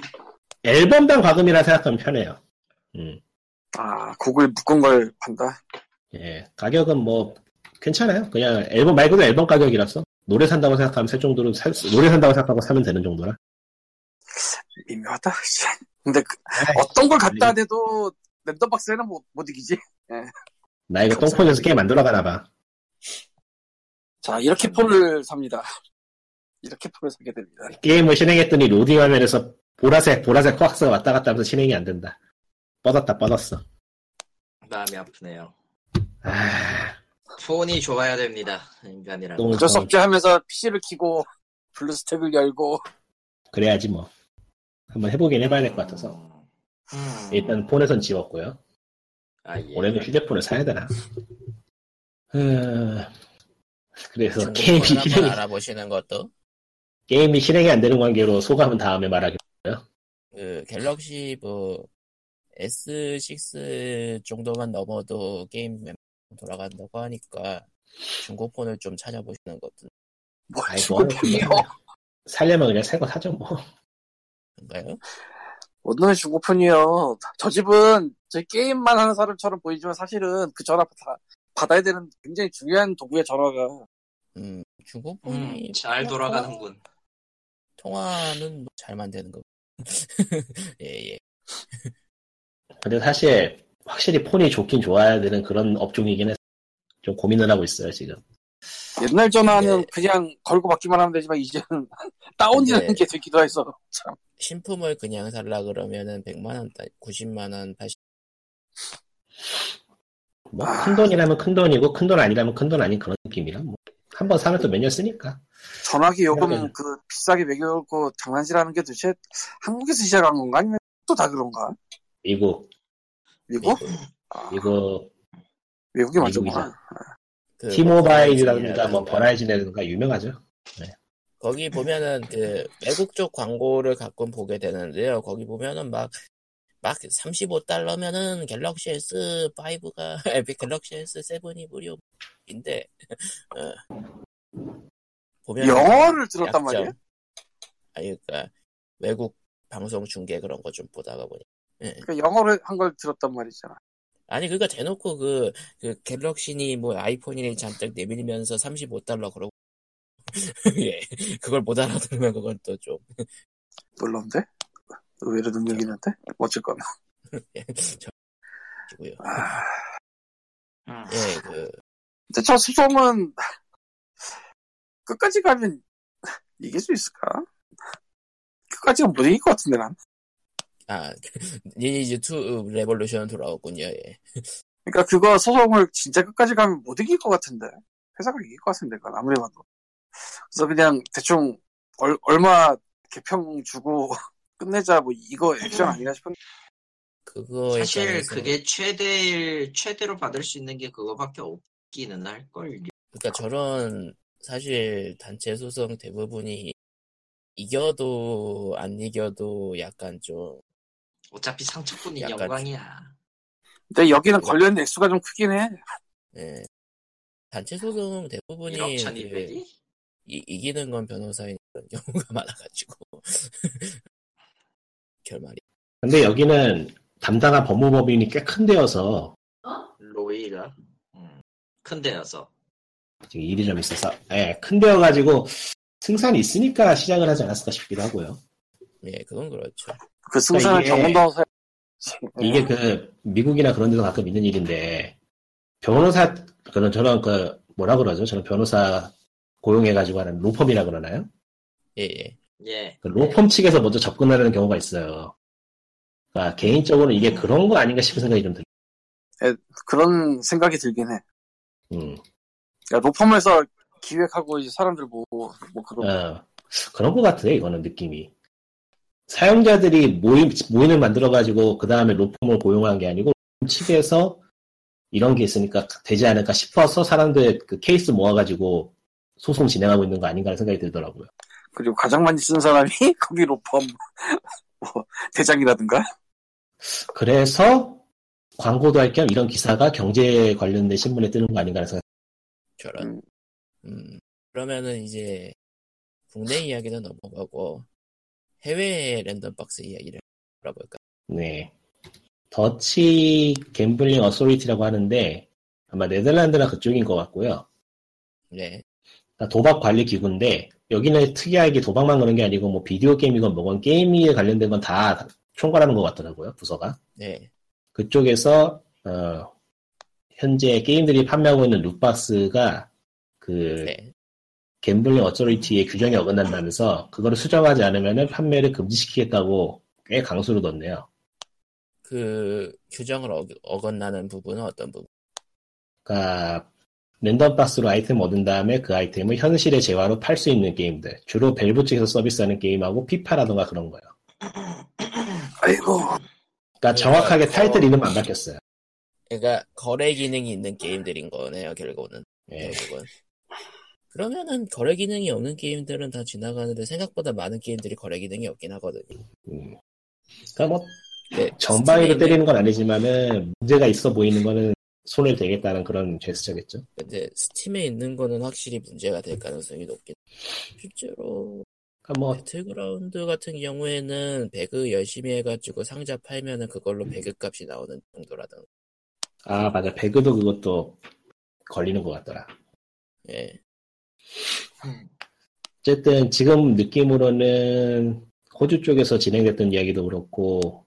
앨범당 과금이라 생각하면 편해요. 음, 아 곡을 묶은 걸 판다. 예. 가격은 뭐 괜찮아요. 그냥 앨범 말 그대로 앨범 가격이라서 노래 산다고 생각하면 살 정도로 살 수- 노래 산다고 생각하고 사면 되는 정도라. 미묘하다. *laughs* 씨. 근데 그- 어떤 걸 갖다 대도 랜덤박스에는 못, 못 이기지. 나 이거 그렇죠. 똥폰에서 게임 만들어 가나 봐. 자 이렇게 폰을 삽니다. 이렇게 폰을 사게 됩니다. 게임을 실행했더니 로딩 화면에서 보라색 보라색 코악스가 왔다 갔다 하면서 실행이 안 된다. 뻗었다 뻗었어. 마음이 아프네요. 아, 폰이 좋아야 됩니다. 인간이랑. 똥을 어쩔 수 더- 없지 하면서 PC를 키고 블루스택을 열고 그래야지 뭐. 한번 해보긴 해봐야 될 것 같아서 음. 일단 폰에선 지웠고요. 아, 예. 올해는 휴대폰을 사야 되나? 음, 그래서 중국 게임이 걸 한번 *laughs* 실행이, 알아보시는 것도 게임이 실행이 안 되는 관계로 소감은 다음에 말하기. 그 갤럭시 뭐 S6 정도만 넘어도 게임 멤- 돌아간다고 하니까 중국 폰을 좀 찾아보시는 것도 뭐 아이고, 죽을 폰이요. 살려면 그냥 새 거 사죠 뭐. 어떤가요? 어느 중고폰이요. 저 집은 제 게임만 하는 사람처럼 보이지만 사실은 그 전화 받아, 받아야 되는 굉장히 중요한 도구의 전화가 음, 예. 중국 폰이 음, 잘 돌아가는군. 통화는 뭐잘 만드는 거. *laughs* 예, 예. 근데 사실 확실히 폰이 좋긴 좋아야 되는 그런 업종이긴 해서 좀 고민을 하고 있어요 지금. 옛날 전화는 네. 그냥 걸고 받기만 하면 되지만 이제는 *laughs* 다운이라는 네. 게 되기도 해서 참 신품을 그냥 살라 그러면은 100만 원, 90만 원, 80. 뭐 큰 돈이라면 큰 돈이고 큰 돈 아니라면 큰 돈 아닌 그런 느낌이라 뭐. 한 번 사면 또 몇 년 쓰니까. 전화기 요금 그러면- 그 비싸게 매겨놓고 장난질하는 게 도대체 한국에서 시작한 건가 아니면 한국도 다 그런가? 미국 미국? 아, 미국 미국이 맞구나. 미국이죠. 그 네, 티모바일이라든가 뭐 버라이즌이라든가 유명하죠. 거기 보면은 그 외국 쪽 광고를 가끔 보게 되는데요. 거기 보면은 막 막 35달러면은 갤럭시 S5가 *laughs* 갤럭시 S7이 무료인데 *laughs* 어, 보면 영어를 들었단 말이야? 아니 그러니까 외국 방송 중계 그런 거 좀 보다가 보니 그러니까 영어를 한 걸 들었단 말이잖아. 아니 그러니까 대놓고 그, 그 갤럭시니 뭐 아이폰이니 잔뜩 내밀면서 35달러 그러고 *laughs* 예 그걸 못 알아들으면 그건 또좀 놀라운데? 의외로 네. 능력 있는데? 어쨌거나. 고요 아, 음. 예, 그, 근데 저 수성은 끝까지 가면 이길 수 있을까? 끝까지 가면 못 이길 것 같은데 난. 아, *laughs* 니니즈2 레볼루션 돌아왔군요, 예. 그러니까 그거 소송을 진짜 끝까지 가면 못 이길 것 같은데 회사가 이길 것 같은데 그건 아무리 봐도 그래서 그냥 대충 얼, 얼마 개평 주고 *laughs* 끝내자 뭐 이거 액션 음. 아니라 싶은 그거에 사실 관해서- 그게 최대일 최대로 받을 수 있는 게 그거밖에 없기는 할 걸. 그러니까 저런, 사실 단체 소송 대부분이 이겨도 안 이겨도 약간 좀, 어차피 상처뿐인 약간 영광이야. 근데 여기는 걸려있는 액수가 좀 크긴 해그 예. 단체 소송 대부분이 1억 그 1200이? 이, 이기는 건 변호사인 그런 경우가 *laughs* 많아가지고. 결말이. 근데 여기는 담당한 법무법인이 꽤 큰 데여서 로이가. 음. 큰 데여서. 지금 일이 좀 있어서 예, 큰 데여가지고 승산이 있으니까 시작을 하지 않았을까 싶기도 하고요. 예, 그건 그렇죠. 그 승산을 그러니까 이게- 경험도 사야 음. 이게 그 미국이나 그런 데서 가끔 있는 일인데 변호사 그런 저런 그 뭐라 그러죠? 저런 변호사 고용해가지고 하는 로펌이라 그러나요? 예, 예. 예. 그 로펌 측에서 먼저 접근하는 경우가 있어요. 그러니까 개인적으로 이게 그런 거 아닌가 싶은 생각이 좀 들어요. 그런 생각이 들긴 해 음, 그러니까 로펌에서 기획하고 이제 사람들 보고 뭐 그런 어, 그런 거 같아요. 이거는 느낌이 사용자들이 모임 모임을 만들어가지고 그 다음에 로펌을 고용한 게 아니고 로펌 측에서 이런 게 있으니까 되지 않을까 싶어서 사람들 그 케이스 모아가지고 소송 진행하고 있는 거 아닌가 하는 생각이 들더라고요. 그리고 가장 많이 쓰는 사람이 *laughs* 거기 로펌 뭐 대장이라든가 그래서 광고도 할 겸 이런 기사가 경제 관련된 신문에 뜨는 거 아닌가 하는 생각. 저런. 음. 음, 그러면은 이제 국내 이야기도 넘어가고 해외 랜덤박스 이야기를 알아볼까? 네. 더치 갬블링 어소리티라고 하는데 아마 네덜란드나 그쪽인 것 같고요. 네, 그러니까 도박 관리 기구인데 여기는 특이하게 도박만 그런 게 아니고 뭐 비디오 게임이건 뭐건 게임에 관련된 건 다 총괄하는 것 같더라고요 부서가. 네, 그쪽에서 어, 현재 게임들이 판매하고 있는 룻박스가 그 네. 갬블링 어쩌리티의 규정에 어긋난다면서 그거를 수정하지 않으면 판매를 금지시키겠다고 꽤 강수로 뒀네요. 그 규정을 어, 긋나는 부분은 어떤 부분? 그러니까 랜덤 박스로 아이템 얻은 다음에 그 아이템을 현실의 재화로 팔 수 있는 게임들 주로 벨브 측에서 서비스하는 게임하고 피파라던가 그런 거예요. 아이고 네, 그러니까 정확하게 타이틀 이름 안 밝혔어요. 그러니까 거래 기능이 있는 게임들인 거네요 결국은 예. 결국은. 그러면은 거래 기능이 없는 게임들은 다 지나가는데 생각보다 많은 게임들이 거래 기능이 없긴 하거든요. 음. 그러니까 뭐 네, 전방위로 스팀에 있는- 때리는 건 아니지만은 문제가 있어 보이는 거는 손을 대겠다는 그런 제스처겠죠. 근데 스팀에 있는 거는 확실히 문제가 될 가능성이 높긴. 실제로 그러니까 뭐 배틀그라운드 같은 경우에는 배그 열심히 해가지고 상자 팔면은 그걸로 배그 값이 나오는 정도라든. 아, 맞아. 배그도 그것도 걸리는 것 같더라. 예. 어쨌든 지금 느낌으로는 호주 쪽에서 진행됐던 이야기도 그렇고,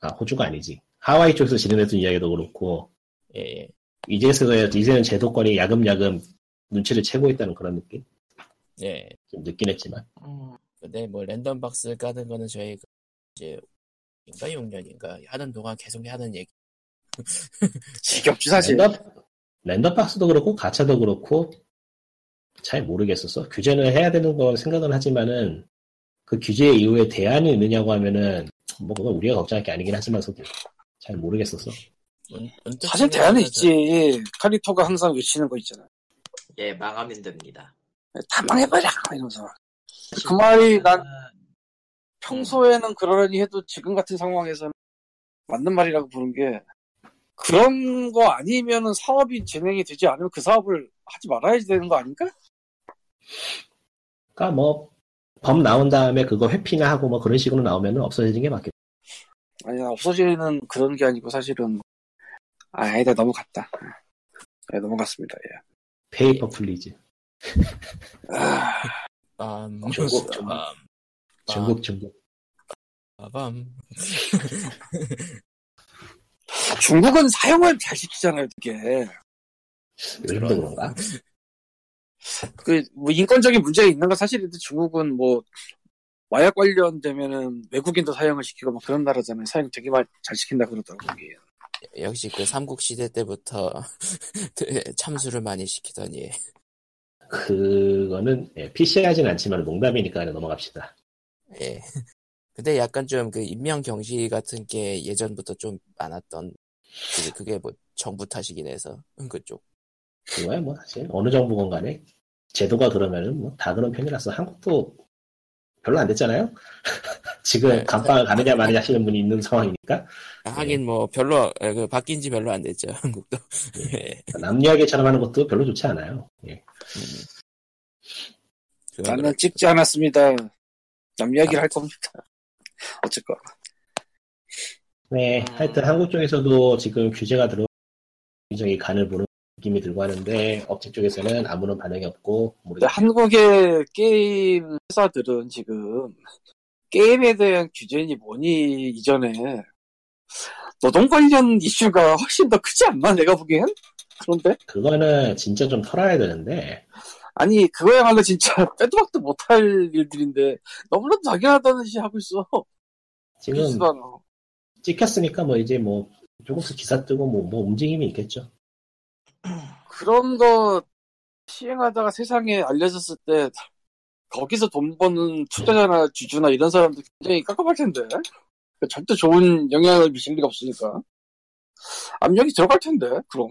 아, 호주가 아니지. 하와이 쪽에서 진행됐던 이야기도 그렇고, 예, 예. 이제서야, 이제는 제도권이 야금야금 눈치를 채고 있다는 그런 느낌? 예. 좀 늦긴 했지만. 음. 근데 뭐 랜덤 박스 까는 거는 저희 그 이제 인가 6년인가 하는 동안 계속 하는 얘기. 지겹지 사실 랜덤, 랜덤박스도 그렇고, 가차도 그렇고, 잘 모르겠었어. 규제는 해야 되는 건 생각은 하지만은, 그 규제 이후에 대안이 있느냐고 하면은, 뭐 그건 우리가 걱정할 게 아니긴 하지만서도 잘 모르겠었어. 문- 문득 사실 대안은 있지. 카리토가 항상 외치는 거 있잖아. 예, 망하면 됩니다. 다 망해버려! 이러면서. 막. 그 말이 난 평소에는 그러려니 해도 지금 같은 상황에서는 맞는 말이라고 보는 게 그런 거 아니면은 사업이 진행이 되지 않으면 그 사업을 하지 말아야지 되는 거 아닌가? 그러니까 뭐 범 나온 다음에 그거 회피나 하고 뭐 그런 식으로 나오면 없어지는 게 맞겠다. 아니 나 없어지는 그런 게 아니고 사실은 아, 아니다 넘어갔다. 예, 넘어갔습니다. 예. 페이퍼 플리즈. 아, 빰, 중국, 빰, 중국. 빰, 중국 중국. 빰. 중국은 사용을 잘 시키잖아요, 되게. 일본도 그런가? 그뭐 인권적인 문제가 있는 건 사실인데 중국은 뭐 마약 관련되면은 외국인도 사용을 시키고 막 그런 나라잖아요. 사용 되게 말- 잘 시킨다 그러더라고. 요 역시 그 삼국 시대 때부터 *laughs* 네, 참수를 많이 시키더니 그거는 예, PC하진 않지만 농담이니까 그냥 넘어갑시다. 예. 근데 약간 좀 그 인명 경시 같은 게 예전부터 좀 많았던 그게- 그게 뭐 정부 탓이긴 해서 음, 그쪽 그거야 뭐 사실 어느 정부건 간에 제도가 그러면은 뭐 다 그런 편이라서 한국도 별로 안 됐잖아요. *laughs* 지금 네. 감방을 가느냐 마느냐 하시는 분이 있는 상황이니까 하긴 뭐 별로 에, 그 바뀐 지 별로 안 됐죠 *laughs* 한국도 예. 남 이야기처럼 하는 것도 별로 좋지 않아요. 예. 음. 그건 나는 그렇고. 찍지 않았습니다. 남 이야기를 할 겁니다. *laughs* 어쨌건 네, 하여튼 한국 쪽에서도 지금 규제가 들어 굉장히 간을 보는 느낌이 들고 하는데 업체 쪽에서는 아무런 반응이 없고 뭐 근데 모르겠. 한국의 게임 회사들은 지금 게임에 대한 규제니 뭐니 이전에 노동 관련 이슈가 훨씬 더 크지 않나 내가 보기엔 그런데 그거는 진짜 좀 털어야 되는데 아니 그거야말로 진짜 빼도 박도 못할 일들인데 너무나도 당연하다는 듯이 하고 있어 지금 뉴스도 안 하고. 찍혔으니까 뭐 이제 뭐 조금씩 기사 뜨고 뭐, 뭐 움직임이 있겠죠. 그런 거 시행하다가 세상에 알려졌을 때 거기서 돈 버는 투자자나 주주나 이런 사람들 굉장히 깝깝할 텐데 그러니까 절대 좋은 영향을 미칠 리가 없으니까 압력이 들어갈 텐데 그럼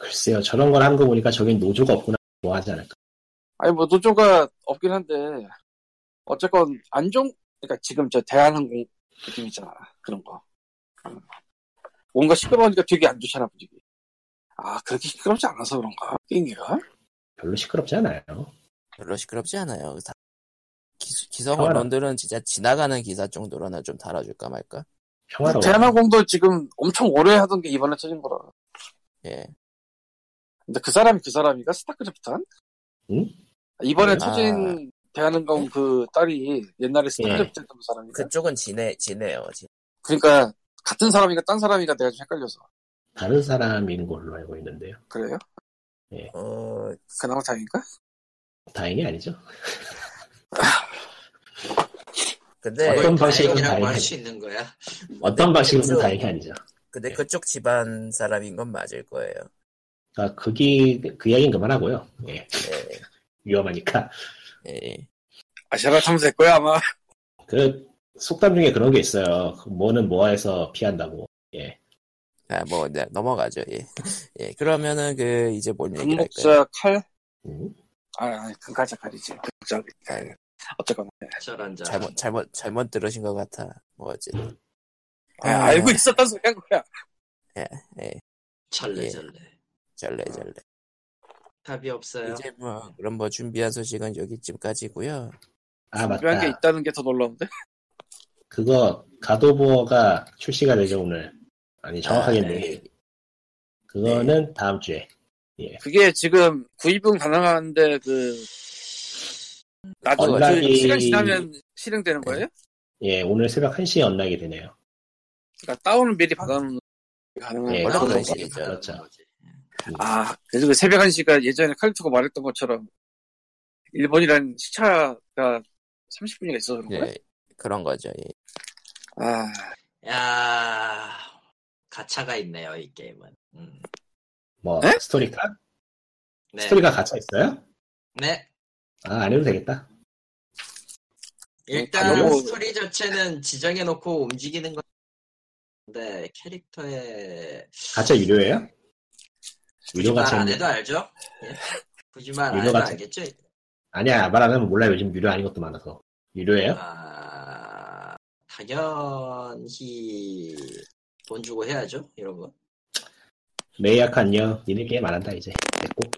글쎄요, 저런 걸 한 거 보니까 저긴 노조가 없구나 뭐 좋아하지 않을까. 아니 뭐 노조가 없긴 한데 어쨌건 안종 그러니까 지금 저 대한항공 느낌 있잖아 그런 거 음. 뭔가 시끄러우니까 되게 안 좋잖아 분위기 아 그렇게 시끄럽지 않아서 그런가 게임기가 별로 시끄럽지 않아요. 별로 시끄럽지 않아요 다- 기- 기성 평화라. 언론들은 진짜 지나가는 기사 정도로나 좀 달아줄까 말까 뭐 평화로워. 대한항공도 지금 엄청 오래 하던 게 이번에 터진 거라 예 근데 그 사람이 그 사람이가 스타크래프트한 응? 이번에 아. 터진 대한항공 그 딸이 옛날에 스타크래프트 했던 그 사람이 그... 그쪽은 지내 지내요 지- 그러니까 같은 사람이가 딴 사람이가 내가 좀 헷갈려서 다른 사람인 걸로 알고 있는데요. 그래요? 어, 그나마 다행인가? 다행이 아니죠. 근데 어떤 방식은 아, 다행이라고 다행이네. 할 수 있는 거야. 어떤 방식으로든 그래서- 다행이 아니죠. 예. 근데 그쪽 집안 사람인 건 맞을 거예요 그러니까 그게 그 이야기는 그만하고요. 예, 예, 위험하니까. 예. 아시아라 타면 될 거야 아마 그 속담 중에 그런 게 있어요. 그 뭐는 뭐해서 피한다고. 예. 아, 뭐, 네, 넘어가죠, 예. 예, 그러면은, 그, 이제 뭘 네, 얘기를 할까요? 금목자 칼? 음. 아, 아니, 금가자 칼이지. 금목자 칼. 어쨌거나. 네. 저런 저. 아, 잘못, 잘못, 잘못 들으신 것 같아. 뭐, 어쨌든. 아, 알고 있었단 소리 한 거야. 예. 절레절레. 잘래잘래. 답이 없어요. 이제 뭐, 그럼 뭐, 준비한 소식은 여기쯤까지고요 아 중요한 게 맞다. 있다는 게 더 놀라운데? 그거 가도보어가 출시가 되죠 오늘. 아니 정확하게 아, 는 네. 그거는 다음 주에. 그게 지금 구입은 가능한데, 그, 나도 어, 그 연락이- 시간 지나면 실행되는 거예요? 예, 오늘 새벽 1시에 언락이 되네요. 그러니까 다운을 미리 받아놓는 게 가능한 예, 거죠? 그런 그렇죠. 식이죠. 그렇죠. 아, 그래서 그 새벽 1시가 예전에 칼리토가 말했던 것처럼, 일본이란 시차가 30분이가 있어서 그런 거예요? 예, 그런 거죠, 예. 아, 야 가차가 있네요 이 게임은. 음. 뭐 네? 스토리가 네. 스토리가 갇혀 있어요? 네. 아, 안 해도 되겠다. 일단 너무- 스토리 자체는 지정해놓고 움직이는 네, 건데 캐릭터의 가짜 유료예요? 유료 굳이 말 가짜 안 해도 알죠? 예. *laughs* 굳이 말 안 유료 해도 가짜- 네. 알겠죠? 아니야 말 안 하면 몰라 요즘 유료 아닌 것도 많아서 유료예요? 아, 당연히 돈 주고 해야죠 이런 거. 메이아카 안녕 니네 게임 안 한다 이제 됐고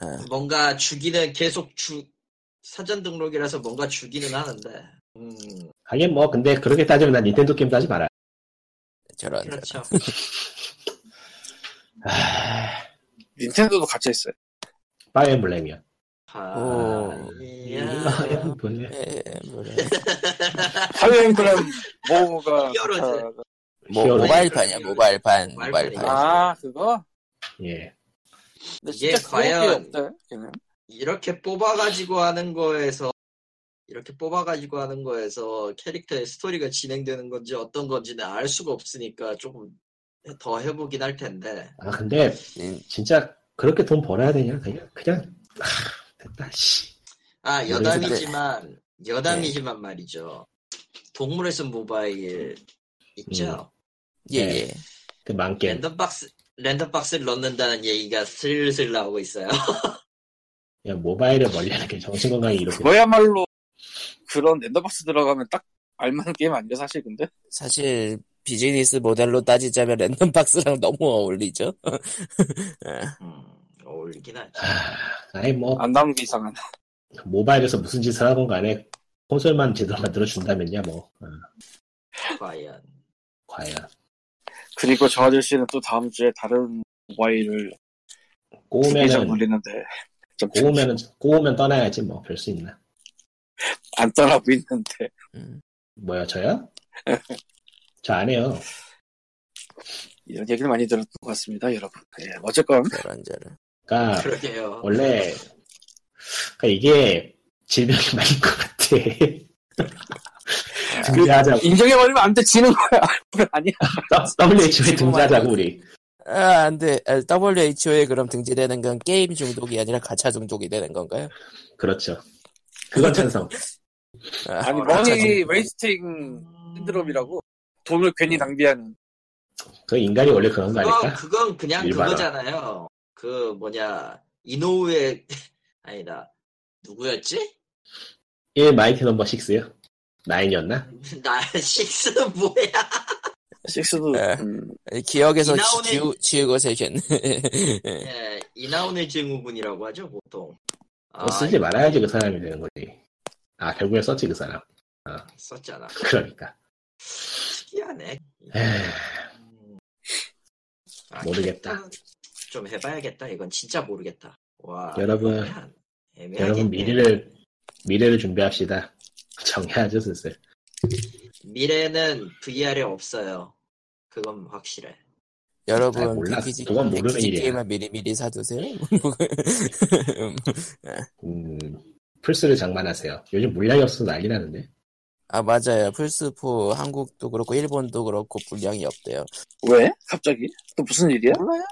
네. 뭔가 주기는 계속 주 사전 등록이라서 뭔가 주기는 하는데. 음, 하긴 뭐 근데 그렇게 따지면 난 닌텐도 게임도 하지 마라 저런 저런. 그렇죠. 아, 닌텐도도 같이 했어요. 파이어 엠블렘이야 아, 오. 음. 이야. 예, *laughs* 뭐래. 파이어 엠블렘 *laughs* 뭐가 히어로즈. 좋다가- 뭐 히어로. 모바일판이야 모바일판 모바일판이야. 모바일판. 아 그거? 예 근데 이게 진짜 그거밖에 과연- 없대, 걔는. 이렇게 뽑아가지고 하는 거에서 이렇게 뽑아가지고 하는 거에서 캐릭터의 스토리가 진행되는 건지 어떤 건지는 알 수가 없으니까 조금 더 해보긴 할 텐데 아 근데 음, 진짜 그렇게 돈 벌어야 되냐 그냥 그냥 아, 됐다 씨 아 모르겠어요. 여담이지만 여담이지만 말이죠 동물의 숲 모바일 있죠 예 네. 예. 그 음, 망게임 랜덤박스 랜덤박스를 넣는다는 얘기가 슬슬 나오고 있어요 그냥 모바일을 멀리하는 게 정신건강에 이렇게 뭐? 그거야말로 그런 랜덤박스 들어가면 딱 알만한 게임 아니야 사실 근데? 사실 비즈니스 모델로 따지자면 랜덤박스랑 *laughs* 너무 어울리죠. 음, *laughs* 어울리긴 하죠 아, 아니 뭐 안 나오는 게 이상한. 모바일에서 무슨 짓을 하건 간에 콘솔만 제대로 만들어 준다면야 뭐 어, 과연 과연 그리고 저 아저씨는 또 다음 주에 다른 모바일을 두개 이상 꼬우면은 돌리는데 좀 꼬우면은 꼬우면 떠나야지 뭐 별 수 있나 안 떠나고 있는데 음. 뭐야 *laughs* 저요? 저 안 해요 이런 얘기를 많이 들었던 것 같습니다 여러분. 예, 어쨌건 저런 저런. 아. 그러니까 그러게요 원래 그러니까 이게 질병이 *laughs* 많은 것 같아 *laughs* 등재하자고 *laughs* 인정해버리면 안 돼 지는 거야. *laughs* 그건 아니야. WHO에 등재하자고 우리 아, 안 돼. 아, WHO에 그럼 등재되는 건 게임 중독이 아니라 가차 중독이 되는 건가요? 그렇죠 그건 찬성 아, 아니 그렇죠. 가차 머니 중독. 웨이스팅 신드롬이라고 돈을 괜히 낭비하는 그 인간이 원래 그런 거 그건, 아닐까? 그건 그냥 일반화. 그거잖아요. 그 뭐냐 이노우의 *laughs* 아니다 누구였지? *laughs* 일 마이티 넘버 6요? 9이었나? 나 식스 뭐야? 식스도 네. 음, 아니, 기억에서 이나오는- 지우, 지우고 세셨네. 예, 이나온의 증후군이라고 하죠 보통. 아, 쓰지 말아야지 그 사람이 되는 거지 아 결국에 썼지 그 사람 *laughs* 썼잖아. 그러니까 특이하네. 에휴, 아, 모르겠다. 캐릭터는 좀 해봐야겠다. 이건 진짜 모르겠다. 와. 여러분, 애매한- 애매하겠네. 여러분 미래를 미래를 준비합시다 정해야죠 슬슬 미래는 VR에 없어요. 그건 확실해. 잘 *laughs* 여러분 아, 몰라. 패키지, 그건 모르는 패키지 일이야. 게임은 미리미리 사두세요. *laughs* 음. 음, 플스를 장만하세요 요즘 물량이 없어서 난리 나는데 아 맞아요. 플스4 한국도 그렇고 일본도 그렇고 분량이 없대요. 왜? 갑자기? 또 무슨 일이야? 몰라요?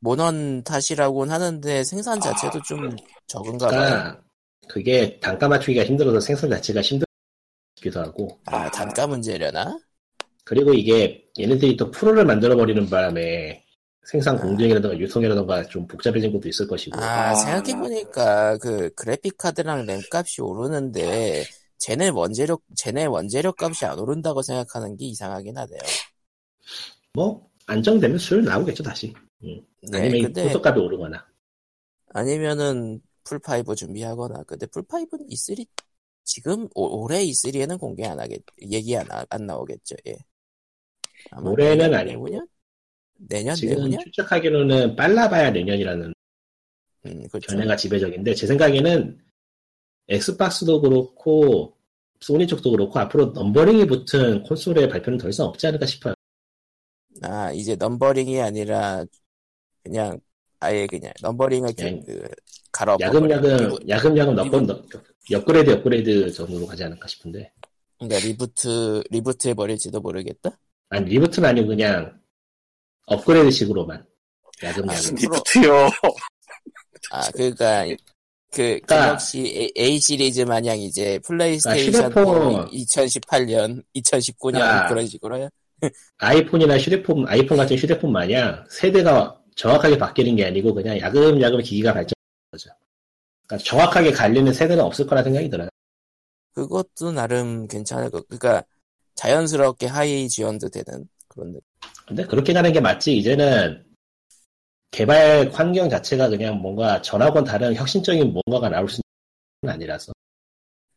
모넌 탓이라고는 하는데 생산 자체도 좀 적은가 봐요. 아. 그러니까 그게 단가 맞추기가 힘들어서 생산 자체가 힘들기도 하고 아 단가 문제려나? 그리고 이게 얘네들이 또 프로를 만들어 버리는 바람에 생산 공정이라든가 유통이라든가 좀 복잡해진 것도 있을 것이고 아 아. 생각해보니까 그 그래픽 카드랑 램 값이 오르는데 쟤네 원재료 쟤네 원재료 값이 안 오른다고 생각하는 게 이상하긴 하네요. 뭐 안정되면 수율 나오겠죠 다시 네, 아니면 근데 포토값이 오르거나 아니면은 풀파이브 준비하거나 근데 풀파이브는 E3 지금 오- 올해 E3에는 공개 안 하겠 얘기 안, 하- 안 나오겠죠 예 아마 올해는 내년, 아니고. 내후년 내년 지금 내후년 추측하기로는 빨라봐야 내년이라는 음 그렇죠 견해가 지배적인데 제 생각에는 엑스박스도 그렇고 소니 쪽도 그렇고 앞으로 넘버링이 붙은 콘솔의 발표는 더 이상 없지 않을까 싶어요. 아 이제 넘버링이 아니라 그냥 아예 그냥 넘버링을 그냥 그, 그 갈아 야금야금 야금야금 리본. 넣고 넣- 업그레이드 업그레이드 정도로 가지 않을까 싶은데 그러니까 리부트 리부트 해버릴지도 모르겠다 아니 리부트는 아니고 그냥 업그레이드식으로만 아, 네, 야금야금 *laughs* 프로. 리프트요. 아 그러니까 그 그러니까- 갤럭시 A, A 시리즈 마냥 이제 플레이스테이션 휴대폰- 2018년, 2019년 그러니까- 그런 식으로요. 아이폰이나 휴대폰, 아이폰 같은 휴대폰 마냥 세대가 정확하게 바뀌는 게 아니고 그냥 야금야금 기기가 발전하는 거죠. 그러니까 정확하게 갈리는 세대는 없을 거라 생각이 들어요. 그것도 나름 괜찮을 것. 그러니까 자연스럽게 하이 지원도 되는 그런 느낌. 근데 그렇게 가는 게 맞지. 이제는 개발 환경 자체가 그냥 뭔가 전하고는 다른 혁신적인 뭔가가 나올 수는 아니라서.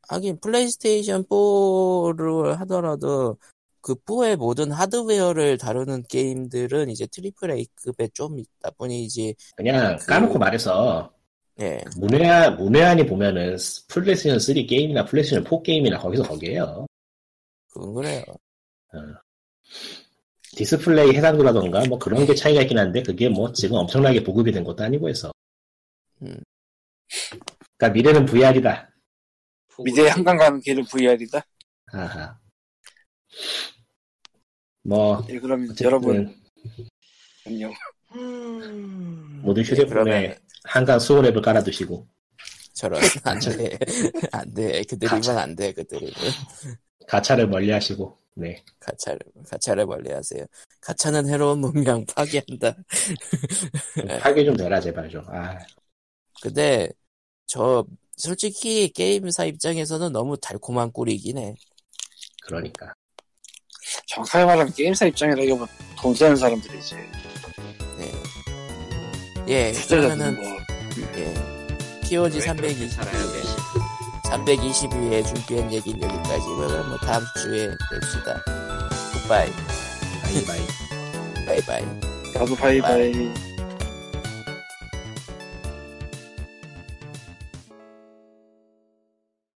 하긴 플레이스테이션 4를 하더라도 그 4의 모든 하드웨어를 다루는 게임들은 이제 트리플 A급에 좀 있다 뿐이지. 그냥 그- 까놓고 말해서 예. 문외한, 문외한이 보면은 플레이스테이션 3 게임이나 플레이스테이션 4 게임이나 거기서 거기에요. 그건 그래요. 디스플레이 해상도라던가 뭐 그런 게 차이가 있긴 한데 그게 뭐 지금 엄청나게 보급이 된 것도 아니고 해서 음. 그러니까 미래는 VR이다 미래 한강 가는 길은 VR이다. 아하 뭐 예, 그럼 어쨌든 여러분 안녕. 음... 모든 휴대폰에 네, 그러면 한강 수호랩을 깔아두시고 저런 *laughs* 안 돼. 안 돼. 그들이면 안 돼. 그들이면. 가차를 멀리하시고 네 가차를 가차를 멀리하세요. 가차는 해로운 문명 파괴한다. 좀 네. 파괴 좀 되라 제발 좀아 근데 저 솔직히 게임사 입장에서는 너무 달콤한 꿀이긴 해. 그러니까 정확하게 말하면 게임사 입장이라기보다 돈 쓰는 사람들이지. 예, 그러면은 투자자들은 뭐 예. POG 왜 그렇게 320 살아야 돼? 320위에 준비한 얘기는 여기까지고요. 그럼 뭐 다음 주에 뵙시다. 굿바이. 바이바이 바이바이. 나도 바이바이.